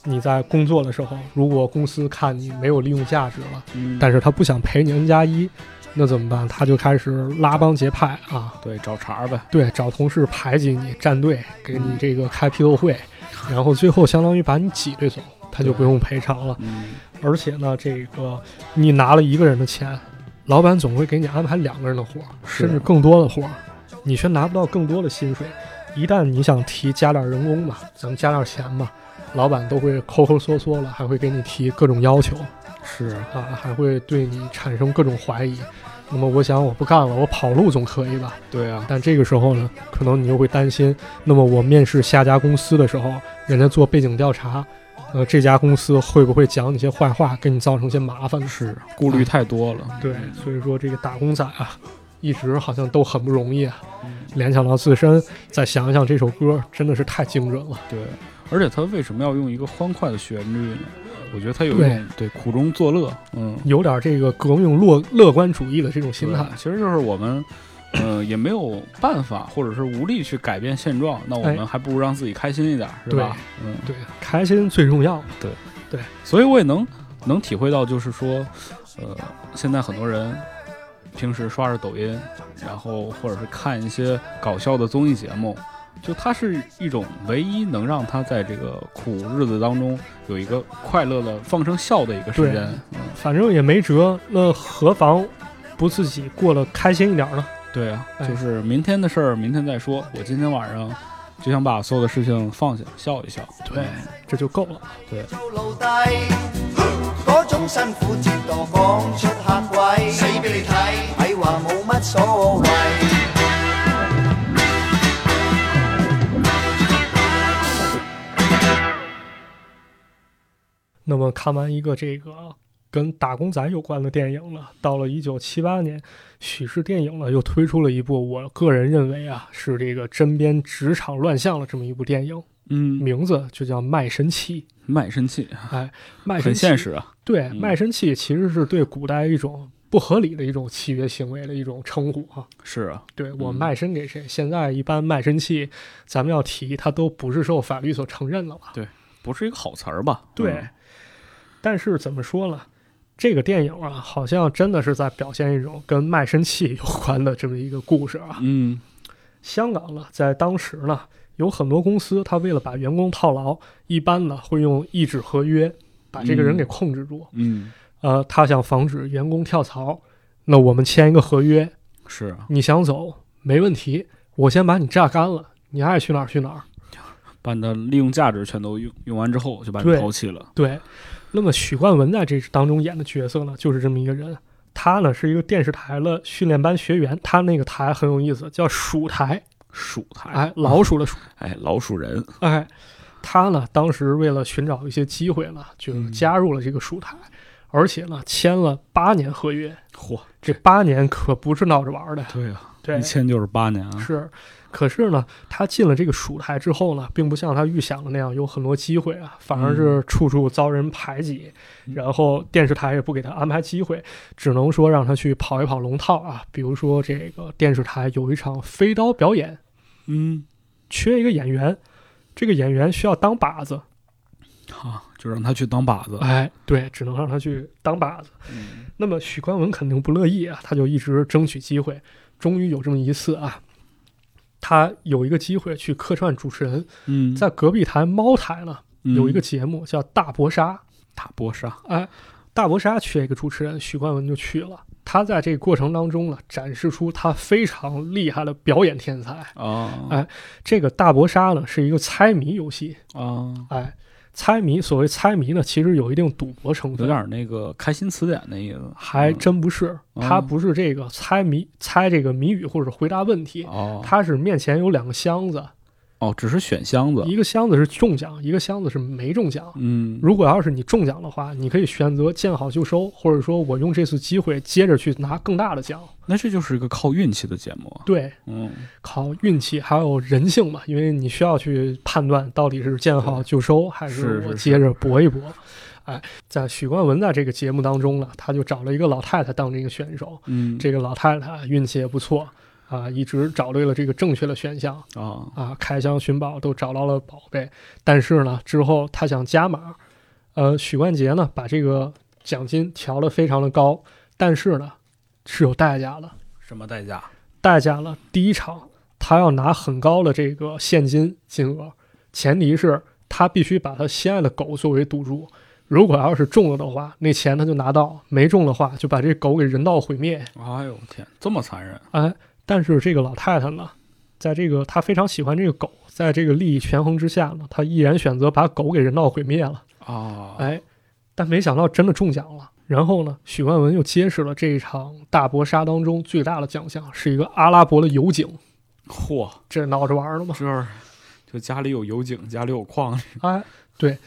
你在工作的时候，如果公司看你没有利用价值了，嗯，但是他不想赔你 N 加一，那怎么办？他就开始拉帮结派啊，对找茬儿呗。对，找同事排挤你，站队，给你这个开批斗会，然后最后相当于把你挤兑走，他就不用赔偿了。嗯，而且呢，这个你拿了一个人的钱，老板总会给你安排两个人的活儿，是甚至更多的活儿，你却拿不到更多的薪水。一旦你想提加点人工吧，咱们加点钱吧，老板都会抠抠缩缩了，还会给你提各种要求是啊，还会对你产生各种怀疑。那么我想我不干了，我跑路总可以吧？对啊，但这个时候呢，可能你又会担心，那么我面试下家公司的时候，人家做背景调查，呃，这家公司会不会讲你些坏话，给你造成些麻烦呢？是顾虑太多了。对，所以说这个打工仔啊，一直好像都很不容易啊。嗯联想到自身，再想一想这首歌，真的是太精准了。对，而且他为什么要用一个欢快的旋律呢？我觉得他有一对种对苦中作乐，嗯，有点这个革命乐乐观主义的这种心态对，其实就是我们，呃，也没有办法，或者是无力去改变现状，那我哎们还不如让自己开心一点，是吧？嗯，对，开心最重要。所以我也能能体会到，就是说，呃，现在很多人平时刷着抖音，然后或者是看一些搞笑的综艺节目，就它是一种唯一能让他在这个苦日子当中有一个快乐的放声笑的一个时间。嗯，反正也没辙，那何妨不自己过得开心一点呢？对啊，哎就是明天的事儿明天再说，我今天晚上就想把所有的事情放下，笑一笑。哎对这就够了。那么看完一个这个跟打工仔有关的电影了。到了一九七八年，许氏电影呢又推出了一部，我个人认为啊是这个针砭职场乱象的这么一部电影，嗯，名字就叫《卖身契》。卖身契卖身很契现实啊，对，嗯卖身契其实是对古代一种不合理的一种契约行为的一种称呼啊。是啊，对我嗯卖身给谁？现在一般卖身契，咱们要提，它都不是受法律所承认了啊吧？不是一个好词儿吧？对。嗯但是怎么说呢？这个电影啊，好像真的是在表现一种跟卖身契有关的这么一个故事啊。嗯，香港呢，在当时呢，有很多公司，它为了把员工套牢，一般呢会用一纸合约把这个人给嗯控制住。嗯，呃，他想防止员工跳槽，那我们签一个合约，是啊，你想走没问题，我先把你榨干了，你爱去哪儿去哪儿。把你的利用价值全都用用完之后，就把你对抛弃了。对，那么许冠文在这当中演的角色呢，就是这么一个人。他呢是一个电视台的训练班学员，他那个台很有意思，叫鼠台，鼠台，哎，老鼠的鼠，哎，老鼠人，哎，他呢当时为了寻找一些机会呢，就嗯加入了这个鼠台，而且呢签了八年合约，嚯，这八年可不是闹着玩儿的，对啊，对一，签就是八年啊，是，可是呢，他进了这个蜀台之后呢，并不像他预想的那样有很多机会啊，反而是处处遭人排挤，嗯然后电视台也不给他安排机会，只能说让他去跑一跑龙套啊。比如说这个电视台有一场飞刀表演，嗯，缺一个演员，这个演员需要当靶子，好，就让他去当靶子。哎，对，只能让他去当靶子。嗯那么许冠文肯定不乐意啊，他就一直争取机会，终于有这么一次啊。他有一个机会去客串主持人，嗯，在隔壁台猫台呢，嗯有一个节目叫《大搏杀大波杀，》，哎，《大搏杀》缺一个主持人，许冠文就去了。他在这个过程当中呢，展示出他非常厉害的表演天才。啊哎这个大搏杀呢，是一个猜谜游戏，啊，哎，猜谜，所谓猜谜呢，其实有一定赌博成有分。点那个开心词典的意思，还真不是，嗯他不是这个猜谜、猜这个谜语或者回答问题，哦他是面前有两个箱子，哦，只是选箱子，一个箱子是中奖，一个箱子是没中奖。嗯，如果要是你中奖的话，你可以选择见好就收，或者说我用这次机会接着去拿更大的奖。那这就是一个靠运气的节目啊，对，嗯，靠运气还有人性嘛，因为你需要去判断到底是见好就收，还是是是是我接着搏一搏。哎，在许冠文在这个节目当中呢，他就找了一个老太太当这个选手，嗯，这个老太太运气也不错啊，一直找对了这个正确的选项啊，啊，开箱寻宝都找到了宝贝，但是呢，之后他想加码，呃，许冠杰呢把这个奖金调得非常的高，但是呢是有代价的，什么代价？代价呢第一场他要拿很高的这个现金金额，前提是他必须把他心爱的狗作为赌注。如果要是中了的话，那钱他就拿到；没中的话，就把这狗给人道毁灭。哎呦天，这么残忍，哎，但是这个老太太呢，在这个她非常喜欢这个狗，在这个利益权衡之下呢，她毅然选择把狗给人道毁灭了。啊，哎，但没想到真的中奖了。然后呢，许冠文又揭示了这一场大搏杀当中最大的奖项是一个阿拉伯的油井，嚯，这闹着玩儿的嘛。这儿就家里有油井，家里有矿，哎，对。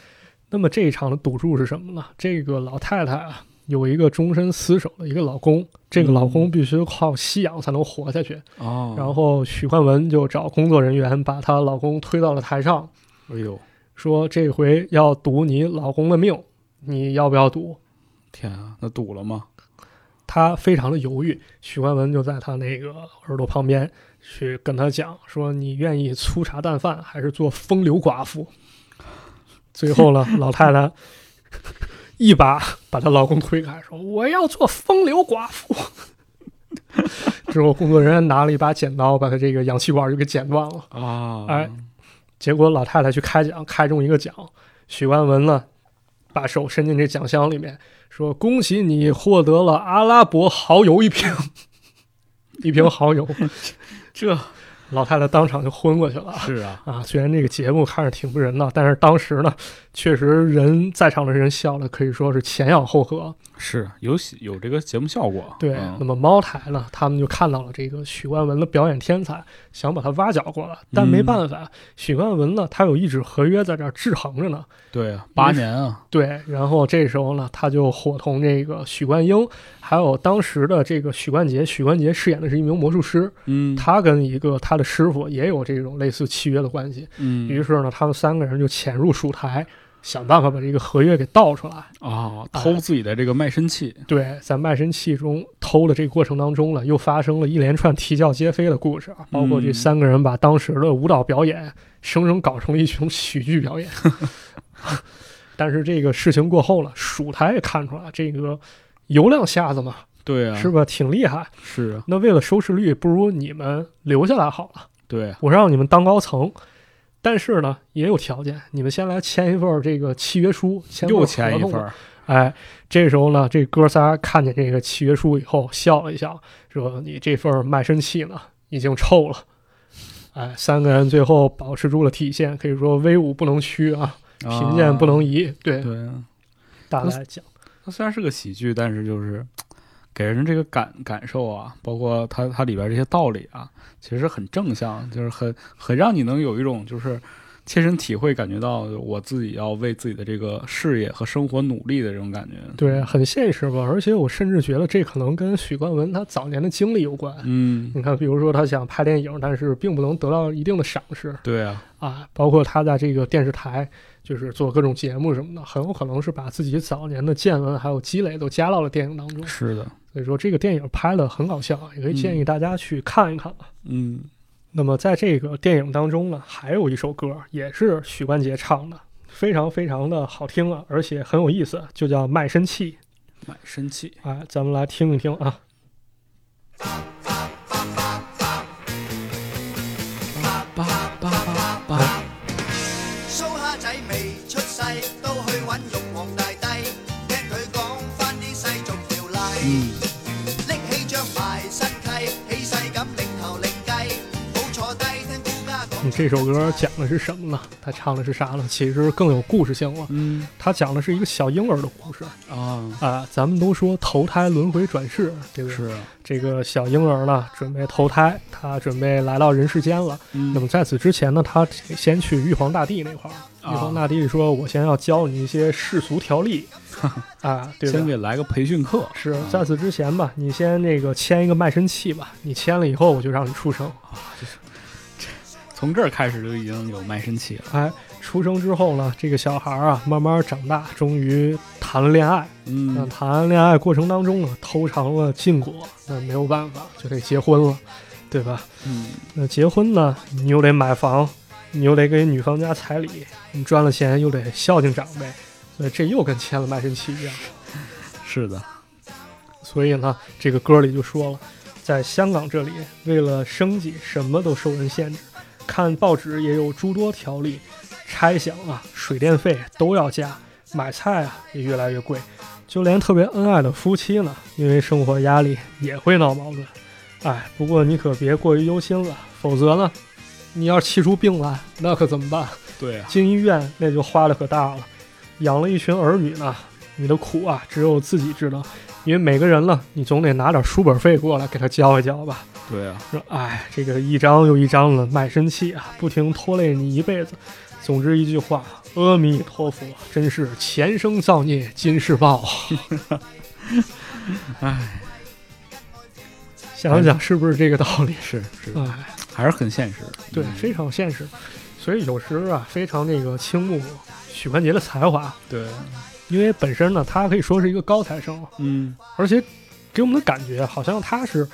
那么这一场的赌注是什么呢？这个老太太啊，有一个终身厮守的一个老公，这个老公必须靠吸氧才能活下去。哦然，后许冠文就找工作人员把她老公推到了台上，哎呦说这回要赌你老公的命，你要不要赌？天啊，那堵了吗？她非常的犹豫，许冠文就在她那个耳朵旁边去跟她讲说：“你愿意粗茶淡饭，还是做风流寡妇？”最后呢，老太太一把把她老公推开，说：“我要做风流寡妇。” 之后，工作人员拿了一把剪刀，把她这个氧气管就给剪断了。啊，哎，结果老太太去开奖，开中一个奖。许冠文呢，把手伸进这奖箱里面，说：“恭喜你获得 了阿拉伯蚝油一瓶，一瓶蚝油。这老太太当场就昏过去了。是啊，啊，虽然这个节目看着挺不人道，但是当时呢，确实人在场的人笑的可以说是前仰后合。是有喜有这个节目效果。对，嗯那么猫台呢，他们就看到了这个许冠文的表演天才，想把他挖角过来，但没办法，许冠文呢，他有一纸合约在这儿制衡着呢。对啊，八年啊，对，然后这时候呢，他就伙同这个许冠英，还有当时的这个许冠杰，许冠杰饰演的是一名魔术师，嗯，他跟一个他的师傅也有这种类似契约的关系。嗯于是呢，他们三个人就潜入蜀台，想办法把这个合约给盗出来。啊，哎偷自己的这个卖身契，对，在卖身契中偷的这个过程当中呢，又发生了一连串啼笑皆非的故事啊，包括这嗯三个人把当时的舞蹈表演生生搞成了一种喜剧 表演。但是这个事情过后了，蜀台也看出来这个油量下子嘛，对啊，是吧？挺厉害。是啊，那为了收视率，不如你们留下来好了。对啊，我让你们当高层，但是呢也有条件，你们先来签一份儿这个契约书，签份又儿签合一同份儿，哎，这时候呢，这哥仨看见这个契约书以后笑了一笑，说：“你这份儿卖身契呢，已经臭了。”哎，三个人最后保持住了底线，可以说威武不能屈啊，贫贱不能移。移。对，对啊，大概讲，它虽然是个喜剧，但是就是给人这个感感受啊，包括它它里边这些道理啊，其实很正向，就是很很让你能有一种就是切身体会，感觉到我自己要为自己的这个事业和生活努力的这种感觉。对，，啊很现实吧。而且我甚至觉得这可能跟许冠文他早年的经历有关。嗯，你看，比如说他想拍电影，但是并不能得到一定的赏识，对啊，啊，包括他在这个电视台就是做各种节目什么的，很有可能是把自己早年的见闻还有积累都加到了电影当中。是的，所以说这个电影拍的很搞笑，也可以建议大家去看一看。嗯，那么在这个电影当中呢，还有一首歌也是许冠杰唱的，非常非常的好听啊，而且很有意思，就叫《卖身契》。买身契，哎，咱们来听一听啊。叭叭叭叭，苏蝦仔未出世，都去揾玉皇大帝，聽佢講翻啲世俗條例，嗯，拎起張埋身契，起勢咁擰頭擰計，好坐低聽姑家你講。这首歌讲的是什么呢？他唱的是啥呢？其实更有故事性了。嗯他讲的是一个小婴儿的故事。啊，啊，咱们都说投胎轮回转世，对不对？是，啊这个小婴儿呢，准备投胎，他准备来到人世间了。那嗯么在此之前呢，他先去玉皇大帝那块儿。啊玉皇大帝说：“我先要教你一些世俗条例，啊，对先啊吧？给来个培训课，是在此之前吧，你先那个签一个卖身契吧。你签了以后，我就让你出生。从这儿开始就已经有卖身契了，哎，出生之后呢，这个小孩儿啊，慢慢长大，终于谈了恋爱。那嗯谈恋爱过程当中呢，偷尝了禁果，那没有办法，就得结婚了，对吧？嗯，那结婚呢，你又得买房，你又得给女方家彩礼，你赚了钱又得孝敬长辈，所以这又跟签了卖身契一样。嗯是的，所以呢，这个歌里就说了，在香港这里，为了生计，什么都受人限制。看报纸也有诸多条例，拆想啊、水电费都要加，买菜啊也越来越贵，就连特别恩爱的夫妻呢，因为生活压力也会闹矛盾。哎，不过你可别过于忧心了，否则呢，你要气出病来，那可怎么办？对啊，进医院那就花的可大了，养了一群儿女呢，你的苦啊只有自己知道，因为每个人呢，你总得拿点书本费过来给他交一交吧。对啊，说，哎，这个一张又一张的卖身契啊，不停拖累你一辈子。总之一句话，阿弥陀佛，真是前生造孽今世报啊！哎，想想是不是这个道理？是是，哎。还是很现实，对，嗯非常现实。所以有时啊，非常这个倾慕许冠杰的才华，对，因为本身呢，他可以说是一个高材生，嗯，而且给我们的感觉好像他是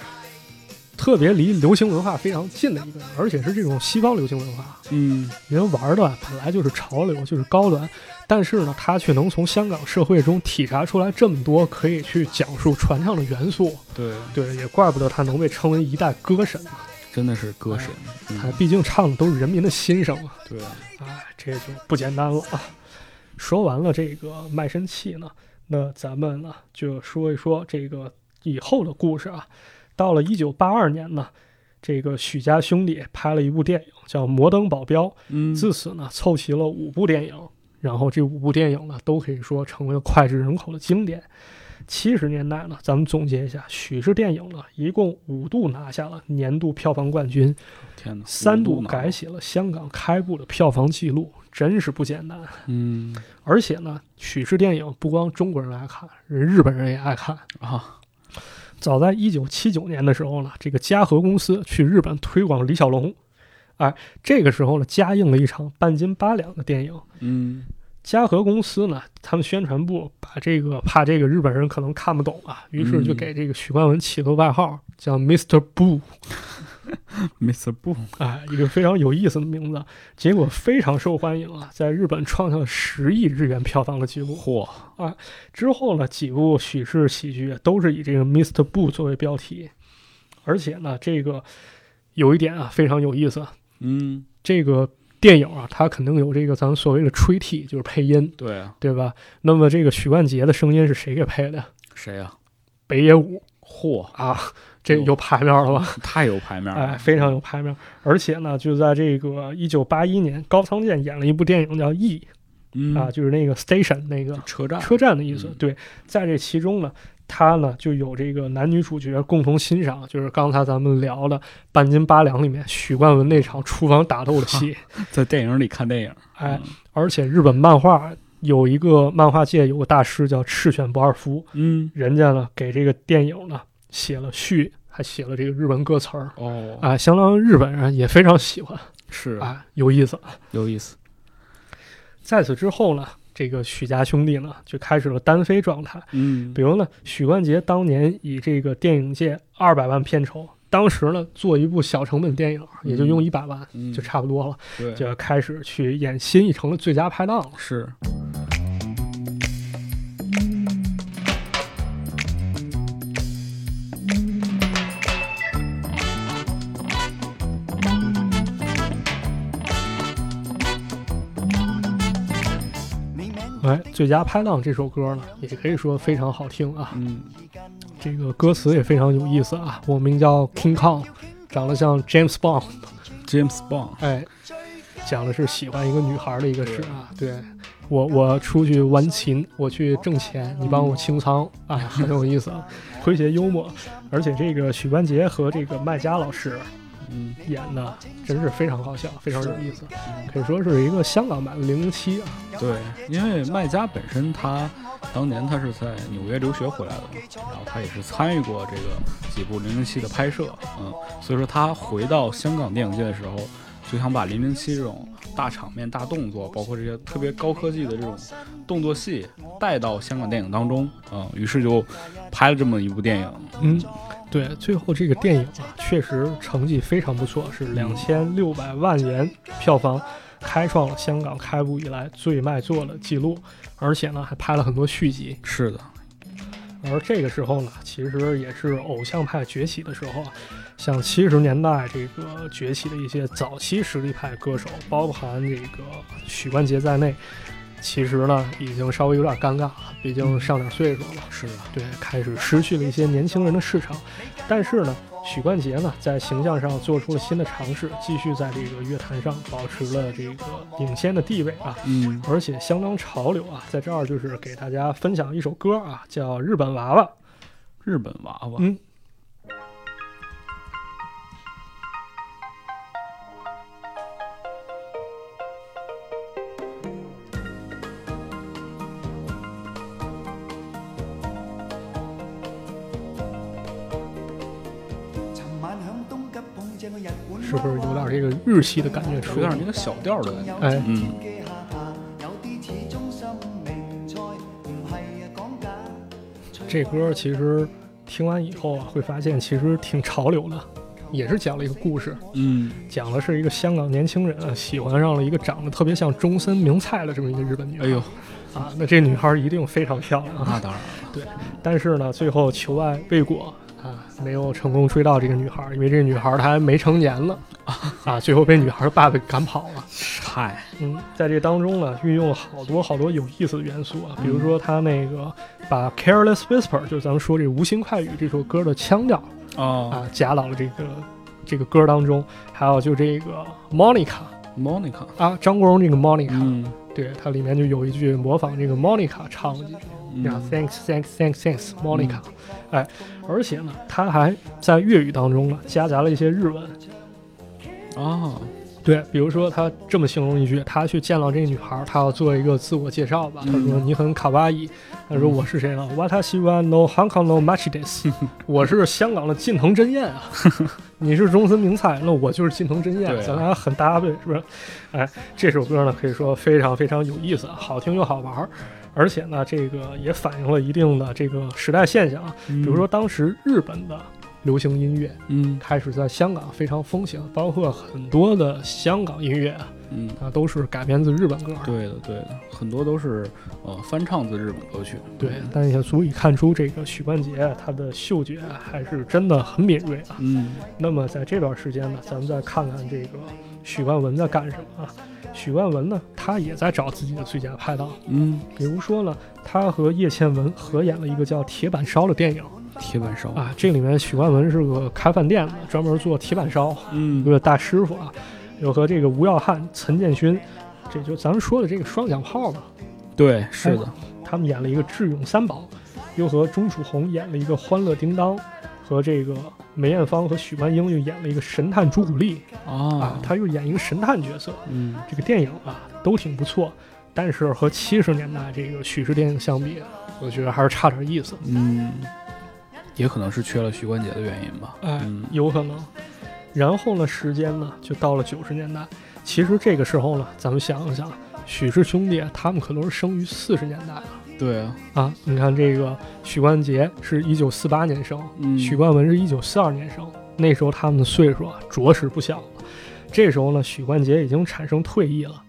特别离流行文化非常近的一个人，而且是这种西方流行文化。嗯，人玩的本来就是潮流，就是高端，但是呢，他却能从香港社会中体察出来这么多可以去讲述传唱的元素。对，对，也怪不得他能被称为一代歌神呢，真的是歌神，嗯他毕竟唱的都是人民的心声啊。对啊，哎，这就不简单了啊！说完了这个卖身契呢，那咱们呢就说一说这个以后的故事啊。到了一九八二年呢，这个许家兄弟拍了一部电影叫《摩登保镖》，嗯自此呢凑齐了五部电影，然后这五部电影呢都可以说成为了脍炙人口的经典。七十年代呢，咱们总结一下，许氏电影呢一共五度拿下了年度票房冠军，天哪，三度五呢改，写了香港开埠的票房记录，真是不简单。嗯而且呢，许氏电影不光中国人爱看，人日本人也爱看。啊，早在一九七九年的时候呢，这个嘉禾公司去日本推广李小龙，哎，这个时候呢，加映了一场半斤八两的电影。嗯嘉禾公司呢，他们宣传部把这个怕这个日本人可能看不懂啊，于是就嗯给这个许冠文起了个外号叫 Mr. Boo， ，Mr. Boom，哎，一个非常有意思的名字，结果非常受欢迎啊，在日本创下了十亿日元票房的记录。嚯，之后呢，几部许氏喜剧都是以这个 Mr. Boo 作为标题，而且呢，这个有一点啊非常有意思，嗯，这个电影啊，它肯定有这个咱们所谓的吹替，就是配音，对啊，对吧？那么这个许冠杰的声音是谁给配的？谁呀？北野武嚯，啊，这有排面了吧？太有牌面了，哎，非常有排面。而且呢，就在这个一九八一年，高仓健演了一部电影叫《E》嗯啊，就是那个 station 那个车站，车站的意思。嗯对，在这其中呢，它呢就有这个男女主角共同欣赏，就是刚才咱们聊的《半斤八两》里面许冠文那场厨房打斗的戏。在电影里看电影，哎，而且日本漫画有一个漫画界有个大师叫赤犬不二夫，嗯，人家呢给这个电影呢写了序，还写了这个日文歌词儿。哦，啊，相当于日本人也非常喜欢是啊，有意思。有意思，在此之后呢，这个许家兄弟呢就开始了单飞状态，嗯比，如呢，许冠杰当年以这个电影界二百万片酬，当时呢做一部小成本电影也就用一百万、嗯就差不多了，对，就开始去演新一城的最佳拍档了。是，哎，最佳拍档这首歌呢，也可以说非常好听啊，嗯，这个歌词也非常有意思啊。我名叫 King Kong，长得像 James Bond， ，James Bond，哎，讲的是喜欢一个女孩的一个事啊，对。我我出去玩琴，我去挣钱，你帮我清仓啊，很有意思啊，诙谐幽默，而且这个许冠杰和这个麦嘉老师嗯，演的真是非常好笑，非常有意思，可以说是一个香港版的《零零七》啊。对，因为麦家本身他当年他是在纽约留学回来的嘛，然后他也是参与过这个几部《零零七》的拍摄，嗯，所以说他回到香港电影界的时候，就想把《零零七》这种大场面、大动作，包括这些特别高科技的这种动作戏带到香港电影当中，嗯，于是就拍了这么一部电影，嗯，对，最后这个电影啊，确实成绩非常不错，是两千六百万元票房，开创了香港开埠以来最卖座的记录，而且呢还拍了很多续集。是的，而这个时候呢，其实也是偶像派崛起的时候啊，像七十年代这个崛起的一些早期实力派歌手，包含这个许冠杰在内，其实呢已经稍微有点尴尬了，毕竟上点岁数了。是的，对，开始失去了一些年轻人的市场。但是呢，许冠杰呢，在形象上做出了新的尝试，继续在这个乐坛上保持了这个领先的地位啊，嗯，而且相当潮流啊。在这儿就是给大家分享一首歌啊，叫《日本娃娃》。日本娃娃，嗯是不是有点这个日系的感觉有出点来那？个小调的感觉，哎，Ừ. 嗯，这歌其实听完以后啊，会发现其实挺潮流的，也是讲了一个故事。嗯，讲的是一个香港年轻人啊，喜欢上了一个长得特别像中森明菜的这么一个日本女孩。哎呦，啊，那这女孩一定非常漂亮啊！那当然了，嗯但是呢，最后求爱未果啊，没有成功追到这个女孩，因为这个女孩她还没成年呢啊，最后被女孩爸爸给赶跑了。嗨，嗯，在这当中呢，运用了好多好多有意思的元素啊，比如说他那个把《Careless Whisper》就是咱们说这《无心快语》这首歌的腔调哦，啊啊，夹到了这个这个歌当中，还有就这个 Monica Monica，啊，张国荣这个 Monica，、嗯对，它里面就有一句模仿这个 Monica 唱的这句。啊嗯，thanks thanks thanks thanks Monica，、哎，而且呢，他还在粤语当中呢夹杂了一些日文，啊，对，比如说他这么形容一句，他去见到这个女孩儿，他要做一个自我介绍吧。他说：“嗯你很卡哇伊。”他说：“我是谁呢？What I w a no Hong Kong no match this。我是香港的近藤真彦啊，你是中森明菜，那我就是近藤真彦对，啊咱俩很搭配，是不是？哎，这首歌呢可以说非常非常有意思，啊好听又好玩儿，而且呢这个也反映了一定的这个时代现象，啊，比比如说，当时日本的流行音乐。”嗯开始在香港非常风行，包括很多的香港音乐嗯，啊都是改编自日本歌。对的对的，很多都是呃翻唱自日本歌曲，对，但也足以看出这个许冠杰他的嗅觉还是真的很敏锐啊。嗯那么在这段时间呢，咱们再看看这个许冠文在干什么啊？许冠文呢，他也在找自己的最佳拍档，嗯，比如说呢，他和叶倩文合演了一个叫《铁板烧》的电影铁板烧，啊。这里面许冠文是个开饭店的，专门做铁板烧。嗯一个大师傅啊，又和这个吴耀汉、陈建勋，这就咱们说的这个双响炮嘛，对，是的，他们演了一个《智勇三宝》，又和钟楚红演了一个《欢乐叮当》，和这个梅艳芳和许冠英又演了一个《神探朱古力》啊啊，，他又演一个神探角色，嗯这个电影啊都挺不错。但是和七十年代这个许氏电影相比，我觉得还是差点意思。嗯，也可能是缺了许冠杰的原因吧，哎嗯，有可能。然后呢，时间呢就到了九十年代。其实这个时候呢，咱们想想，许氏兄弟他们可都是生于四十年代的对啊，啊。你看这个许冠杰是一九四八年生，嗯许冠文是一九四二年生，那时候他们的岁数啊着实不小了。这时候呢，许冠杰已经产生退役了，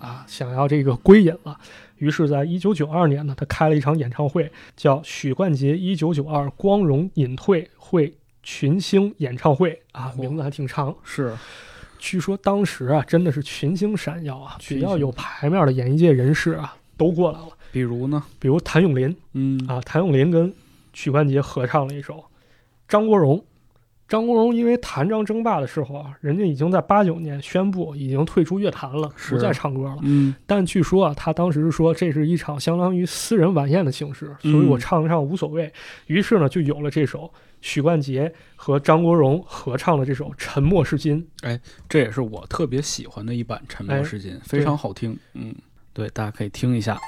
啊，想要这个归隐了。于是，在一九九二年呢，他开了一场演唱会，叫《许冠杰一九九二光荣隐退会群星演唱会》啊，嚯名字还挺长。是，据说当时啊，真的是群星闪耀啊，群只星要有牌面的演艺界人士啊，都过来了。比如呢，比如谭咏麟，嗯啊，谭咏麟跟许冠杰合唱了一首《张国荣》。张国荣因为谭张争霸的时候啊，人家已经在八九年宣布已经退出乐坛了，是不再唱歌了。嗯但据说啊，他当时是说这是一场相当于私人晚宴的形式，所嗯以我唱不唱无所谓。于是呢，就有了这首许冠杰和张国荣合唱的这首《沉默是金》。这也是我特别喜欢的一版《沉默哎是金》，非常好听。嗯，对，大家可以听一下。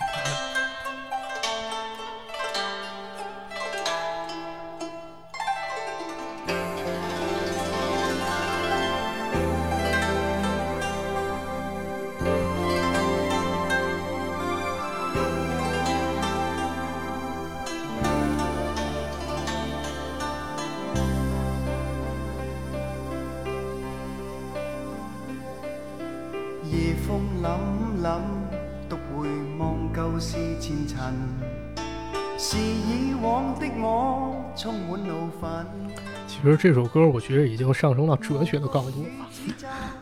夜風凛凛，獨回望舊事前塵，是以往的我充滿怒憤。其实这首歌我觉得已经上升到哲学的高度了，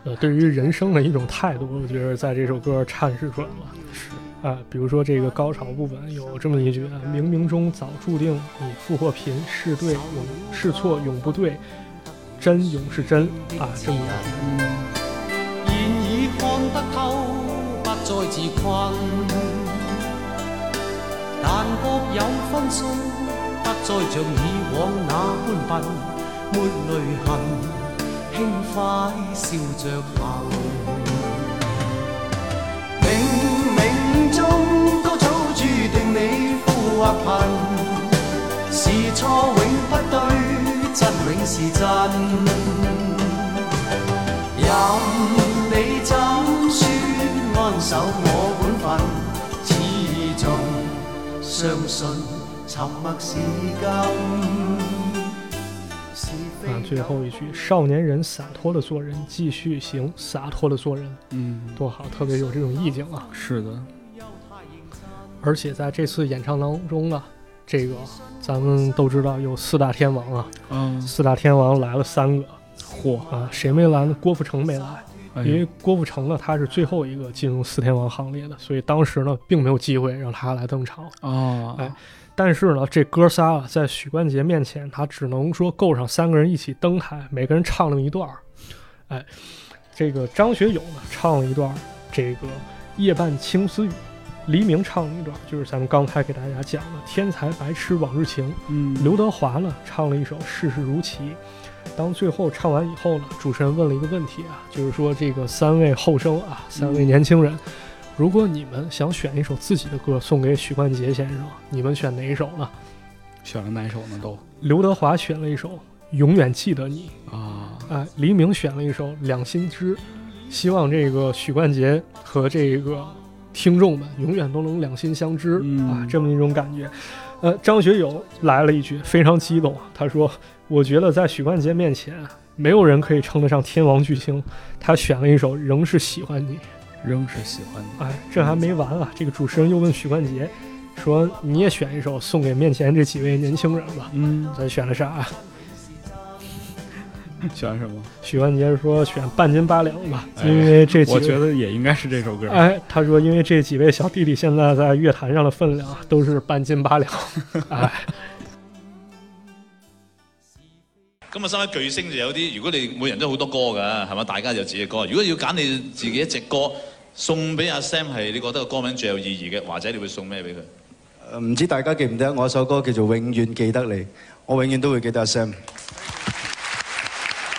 呃，对于人生的一种态度，我觉得在这首歌阐释出来了。是啊、比如说这个高潮部分有这么一句：“冥冥中早注定你富或贫，是对永是错永不对，真永是真啊。”这么一现已看得透，不再自困。但各有分数，不再像以往那般笨，没泪痕，轻快笑着行。冥冥中都早注定你富或貧，是錯永不對，真永是真。任你怎説，安守我本分，始終相信沉默是金。是非啊， 最后一句：“少年人洒脱的做人，继续行洒脱的做人，嗯，多好，特别有这种意境啊。”是的，而且在这次演唱当中呢，这个咱们都知道有四大天王啊，嗯，四大天王来了三个嚯，啊，谁没来呢？郭富城没来，哎因呦为郭富城呢，他是最后一个进入四天王行列的，所以当时呢，并没有机会让他来登场。啊，哎但是呢，这哥仨啊，在许冠杰面前，他只能说够上三个人一起登台，每个人唱那么一段儿。哎，这个张学友呢，唱了一段儿这个《夜半青丝雨》，黎明唱了一段儿，就是咱们刚才给大家讲的《天才白痴往日情》。嗯，刘德华呢唱了一首《世事如棋》。当最后唱完以后呢，主持人问了一个问题啊，就是说这个三位后生啊，三位嗯年轻人，如果你们想选一首自己的歌送给许冠杰先生，你们选哪一首呢？选了哪首呢？都刘德华选了一首《永远记得你啊，》，哎，黎明选了一首《两心知》，希望这个许冠杰和这个听众们永远都能两心相知、嗯啊，这么一种感觉。呃，张学友来了一句非常激动，他说：“我觉得在许冠杰面前，没有人可以称得上天王巨星。”他选了一首《仍是喜欢你》。仍是喜欢你。哎，这还没完啊！这个主持人又问许冠杰说：“你也选一首送给面前这几位年轻人吧。”嗯，咱选了啥啊？选什 么？许冠杰说选半斤八两吧，哎因为这几我觉位，得也应该是这首歌。哎，他说因为这几位小弟弟现在在乐坛上的分量啊都是半斤八两，哎，咁啊，三位巨星就有啲，如果你每人都好多歌嘅，係嘛？大家就自己嘅歌。如果要揀你自己一隻歌送俾阿 Sam 係，你覺得個歌名最有意義嘅，或者你會送咩俾佢？誒唔知大家記唔記得我首歌叫做《永遠記得你》，我永遠都會記得阿 Sam。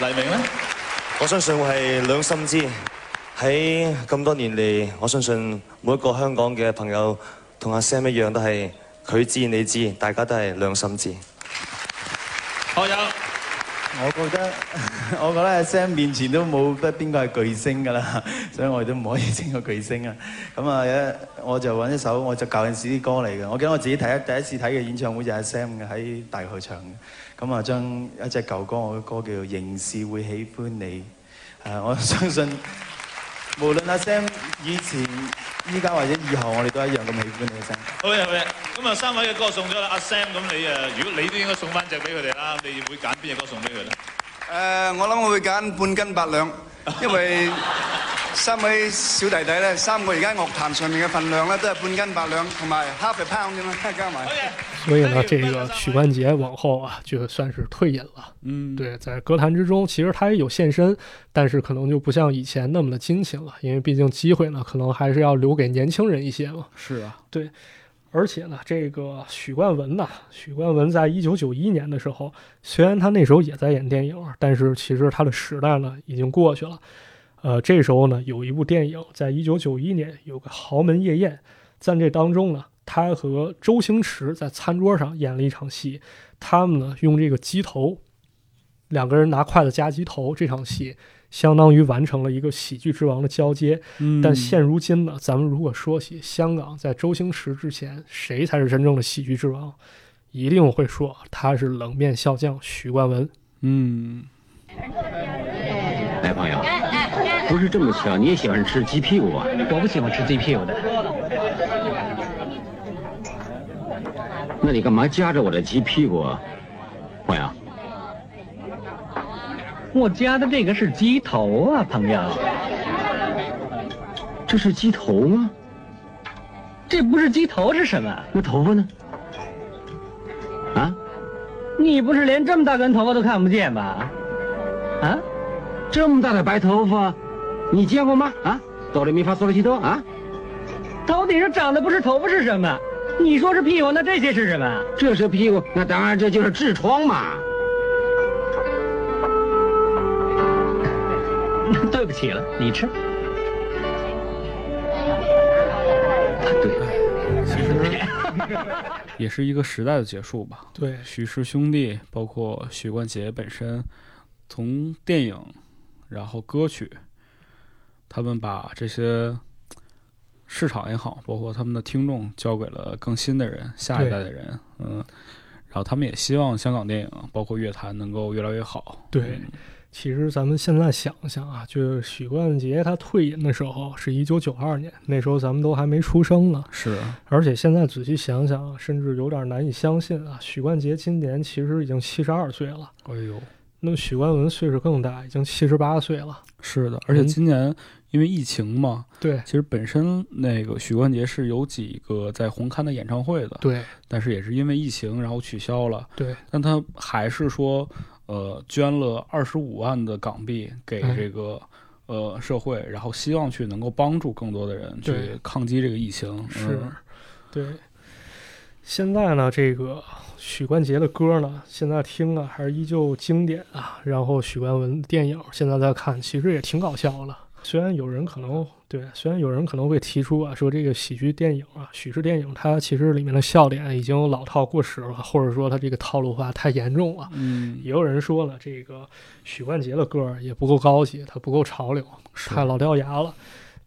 黎明咧，我相信我係兩心知。喺咁多年嚟，我相信每一個香港嘅朋友同阿 Sam 一樣，都係佢知你知，大家都係兩心知。我有啊我覺得我覺得阿 Sam 面前都冇得邊個係巨星㗎啦，所以我哋都唔可以稱佢巨星啊。咁啊，有我就揾一首我就舊陣時啲歌嚟嘅。我記得我自己睇第一次睇嘅演唱會就係阿 Sam 嘅喺大球場嘅。咁啊，將一隻舊歌，我嘅歌叫做《仍是會喜歡你》。À, 誒，我相信無論阿 Sam 以前、依家或者以後，我哋都一樣咁喜歡你嘅 Sam。好嘅，好嘅。咁啊，三位嘅歌送咗啦，阿 Sam 咁你誒，如果你都應該送翻隻俾佢哋啦，你會揀邊隻歌送俾佢咧？誒，呃我諗我會揀半斤八兩，因為三位小弟弟咧，三個而家樂壇上面嘅份量咧，都係半斤八兩，同埋 half a pound 咁樣加埋。 所以哎呢，这个许冠杰往后啊就算是退隐了。嗯，对，在歌坛之中，其实他也有现身，但是可能就不像以前那么的殷勤了，因为毕竟机会呢，可能还是要留给年轻人一些嘛。是啊，而且呢，这个许冠文呐，许冠文在一九九一年的时候，虽然他那时候也在演电影，但是其实他的时代呢已经过去了。呃，这时候呢，有一部电影在一九九一年有个《豪门夜宴》，在这当中呢，他和周星驰在餐桌上演了一场戏，他们呢用这个鸡头，两个人拿筷子夹鸡头，这场戏相当于完成了一个喜剧之王的交接。嗯但现如今呢，咱们如果说起香港，在周星驰之前，谁才是真正的喜剧之王？一定会说他是冷面笑匠许冠文。嗯，哎，朋友，不是这么吃啊？你也喜欢吃鸡屁股啊？我不喜欢吃鸡屁股的。那你干嘛夹着我的鸡屁股啊，朋友？我夹的这个是鸡头啊，朋友。这是鸡头吗？这不是鸡头是什么？那头发呢？啊？你不是连这么大根头发都看不见吗？啊？这么大的白头发，你见过吗？啊，哆来咪发嗦来西哆啊！头顶上长的不是头发是什么？你说是屁股，那这些是什么？这是屁股，那当然这就是痔疮嘛。 对不起了，你吃。也是一个时代的结束吧。对，许氏兄弟，包括许冠杰本身，从电影，然后歌曲，他们把这些市场也好，包括他们的听众交给了更新的人，下一代的人，嗯，然后他们也希望香港电影，包括乐坛能够越来越好。对嗯其实咱们现在想想啊，就是许冠杰他退隐的时候是一九九二年，那时候咱们都还没出生呢。是，而且现在仔细想想啊，甚至有点难以相信啊，许冠杰今年其实已经七十二岁了。哎呦，那许冠文岁数更大，已经七十八岁了。是的，而且嗯今年因为疫情嘛，对其实本身那个许冠杰是有几个在红磡的演唱会的，对但是也是因为疫情然后取消了，对，但他还是说，呃，捐了二十五万的港币给哎这个、呃社会，然后希望去能够帮助更多的人去对抗击这个疫情。是嗯，对。现在呢，这个许冠杰的歌呢，现在听啊还是依旧经典啊。然后许冠文的电影现在在看，其实也挺搞笑的。虽然有人可能对，虽然有人可能会提出啊，说这个喜剧电影啊，喜剧电影它其实里面的笑点已经老套过时了，或者说它这个套路化太严重了。嗯，也有人说了，这个许冠杰的歌儿也不够高级，它不够潮流，太老掉牙了。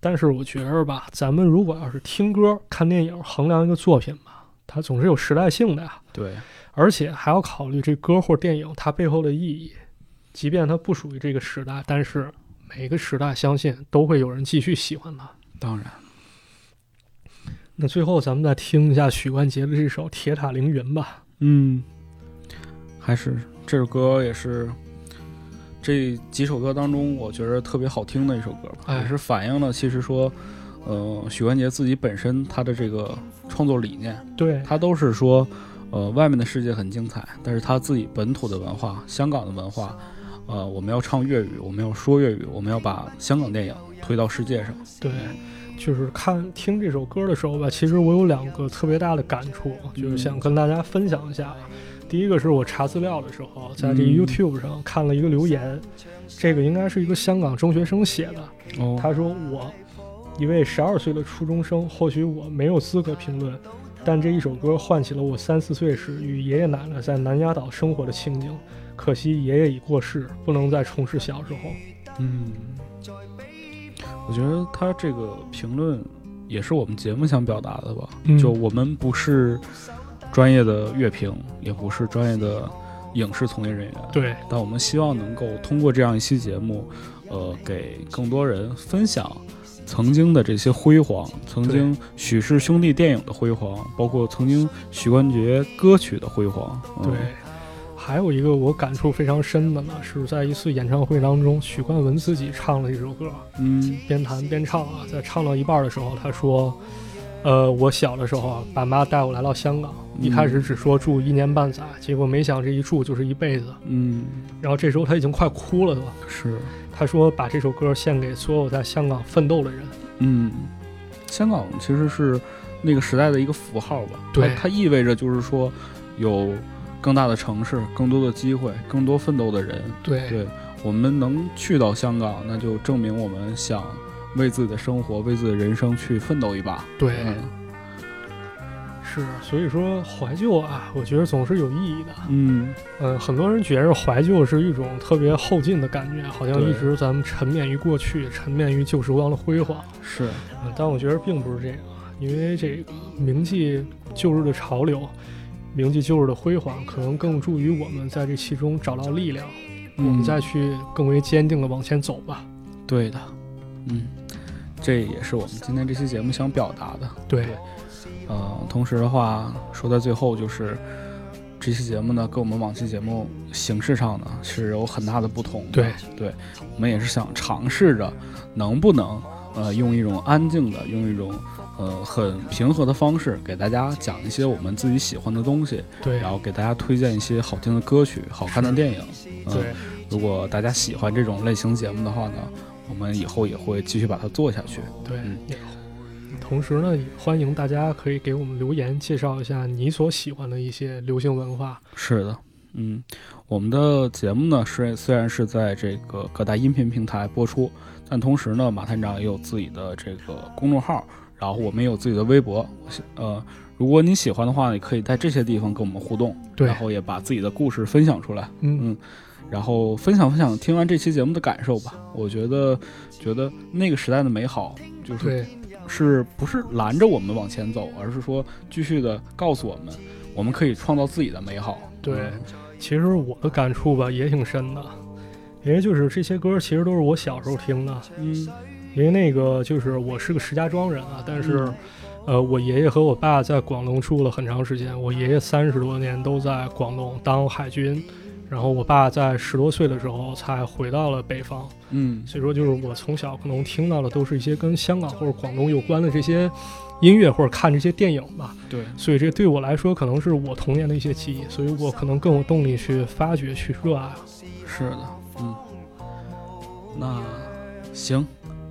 但是我觉着吧，咱们如果要是听歌、看电影，衡量一个作品吧，它总是有时代性的呀，对，而且还要考虑这歌或电影它背后的意义。即便它不属于这个时代，但是每个时代相信都会有人继续喜欢它。当然，那最后咱们再听一下许冠杰的这首《铁塔凌云》吧。嗯，还是这首歌也是这几首歌当中，我觉得特别好听的一首歌吧，哎也是反映了其实说，呃，许冠杰自己本身他的这个创作理念，对，他都是说，呃，外面的世界很精彩，但是他自己本土的文化，香港的文化，呃，我们要唱粤语，我们要说粤语，我们要把香港电影推到世界上。对，就是看听这首歌的时候吧，其实我有两个特别大的感触，啊嗯就是想跟大家分享一下。啊第一个是我查资料的时候，在这个嗯 YouTube 上看了一个留言，这个应该是一个香港中学生写的。哦他说：“我一位十二岁的初中生，或许我没有资格评论，但这一首歌唤起了我三四岁时与爷爷奶奶在南丫岛生活的情景。可惜爷爷已过世，不能再重拾小时候。嗯，我觉得他这个评论也是我们节目想表达的吧，嗯就我们不是专业的乐评，也不是专业的影视从业人员，对，但我们希望能够通过这样一期节目，呃，给更多人分享曾经的这些辉煌，曾经许氏兄弟电影的辉煌，包括曾经许冠杰歌曲的辉煌。嗯对，还有一个我感触非常深的呢，是在一次演唱会当中，许冠文自己唱了一首歌，嗯，边弹边唱啊，在唱到一半的时候，他说：“呃，我小的时候啊，爸妈带我来到香港，一开始只说住一年半载，结果没想这一住就是一辈子。嗯，”然后这时候他已经快哭了，都。是，他说把这首歌献给所有在香港奋斗的人。嗯，香港其实是那个时代的一个符号吧，对它它意味着就是说有更大的城市，更多的机会，更多奋斗的人，对对我们能去到香港，那就证明我们想为自己的生活、为自己的人生去奋斗一把。对嗯是，所以说怀旧啊，我觉得总是有意义的。嗯，嗯，很多人觉着怀旧是一种特别后进的感觉，好像对一直咱们沉湎于过去，沉湎于旧时光的辉煌。是，嗯，但我觉得并不是这样，啊因为这个铭记旧日的潮流，铭记旧日的辉煌，可能更助于我们在这其中找到力量，嗯我们再去更为坚定的往前走吧。对的，嗯，这也是我们今天这期节目想表达的。对，呃，同时的话，说到最后就是。这期节目呢，跟我们往期节目形式上呢是有很大的不同的。对，对，我们也是想尝试着，能不能呃用一种安静的，用一种呃很平和的方式，给大家讲一些我们自己喜欢的东西，对然，后给大家推荐一些好听的歌曲、好看的电影。嗯、对，，如果大家喜欢这种类型节目的话呢，我们以后也会继续把它做下去。对嗯。也同时呢，也欢迎大家可以给我们留言，介绍一下你所喜欢的一些流行文化。是的，嗯，我们的节目呢是虽然是在这个各大音频平台播出，但同时呢，马探长也有自己的这个公众号，然后我们也有自己的微博。我希呃，如果你喜欢的话，也可以在这些地方跟我们互动，对然后也把自己的故事分享出来，嗯，嗯。然后分享分享听完这期节目的感受吧，我觉得觉得那个时代的美好，就是对，是不是拦着我们往前走，而是说继续的告诉我们，我们可以创造自己的美好。嗯对其实我的感触吧也挺深的，因为就是这些歌其实都是我小时候听的，嗯，因为那个就是我是个石家庄人啊，但是、嗯呃，我爷爷和我爸在广东住了很长时间，我爷爷三十多年都在广东当海军，然后我爸在十多岁的时候才回到了北方，嗯所以说就是我从小可能听到的都是一些跟香港或者广东有关的这些音乐或者看这些电影吧。对，所以这对我来说可能是我童年的一些记忆，所以我可能更有动力去发掘、去热爱。是的，嗯，那行，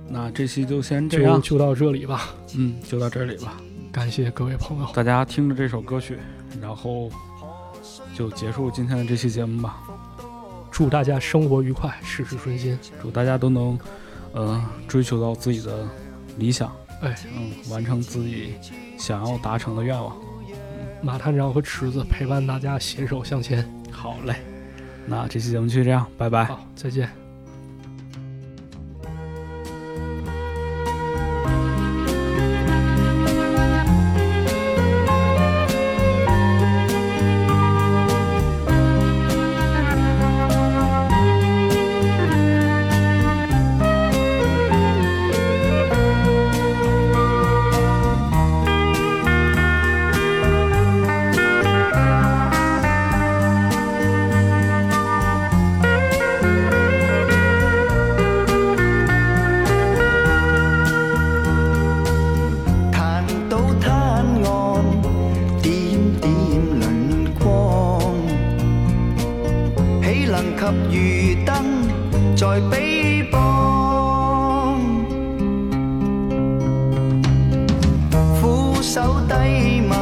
那这期就先这就样，就到这里吧，嗯，就到这里吧。感谢各位朋友，大家听着这首歌曲，然后就结束今天的这期节目吧。祝大家生活愉快，事事顺心。祝大家都能，呃，追求到自己的理想，哎，嗯，完成自己想要达成的愿望。马探长和池子陪伴大家携手向前。好嘞，那这期节目就这样，拜拜。好，再见。彈到灘岸，點點輪光，豈能及漁燈在彼邦？俯首低問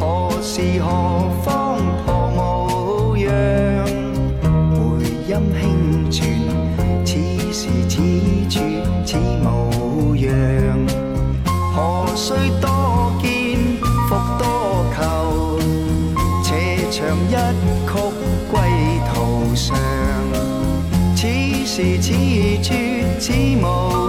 何時何方何模樣？回音輕傳，此時此處此模樣。何須多見復多求？斜長一曲歸途上，此時此處此無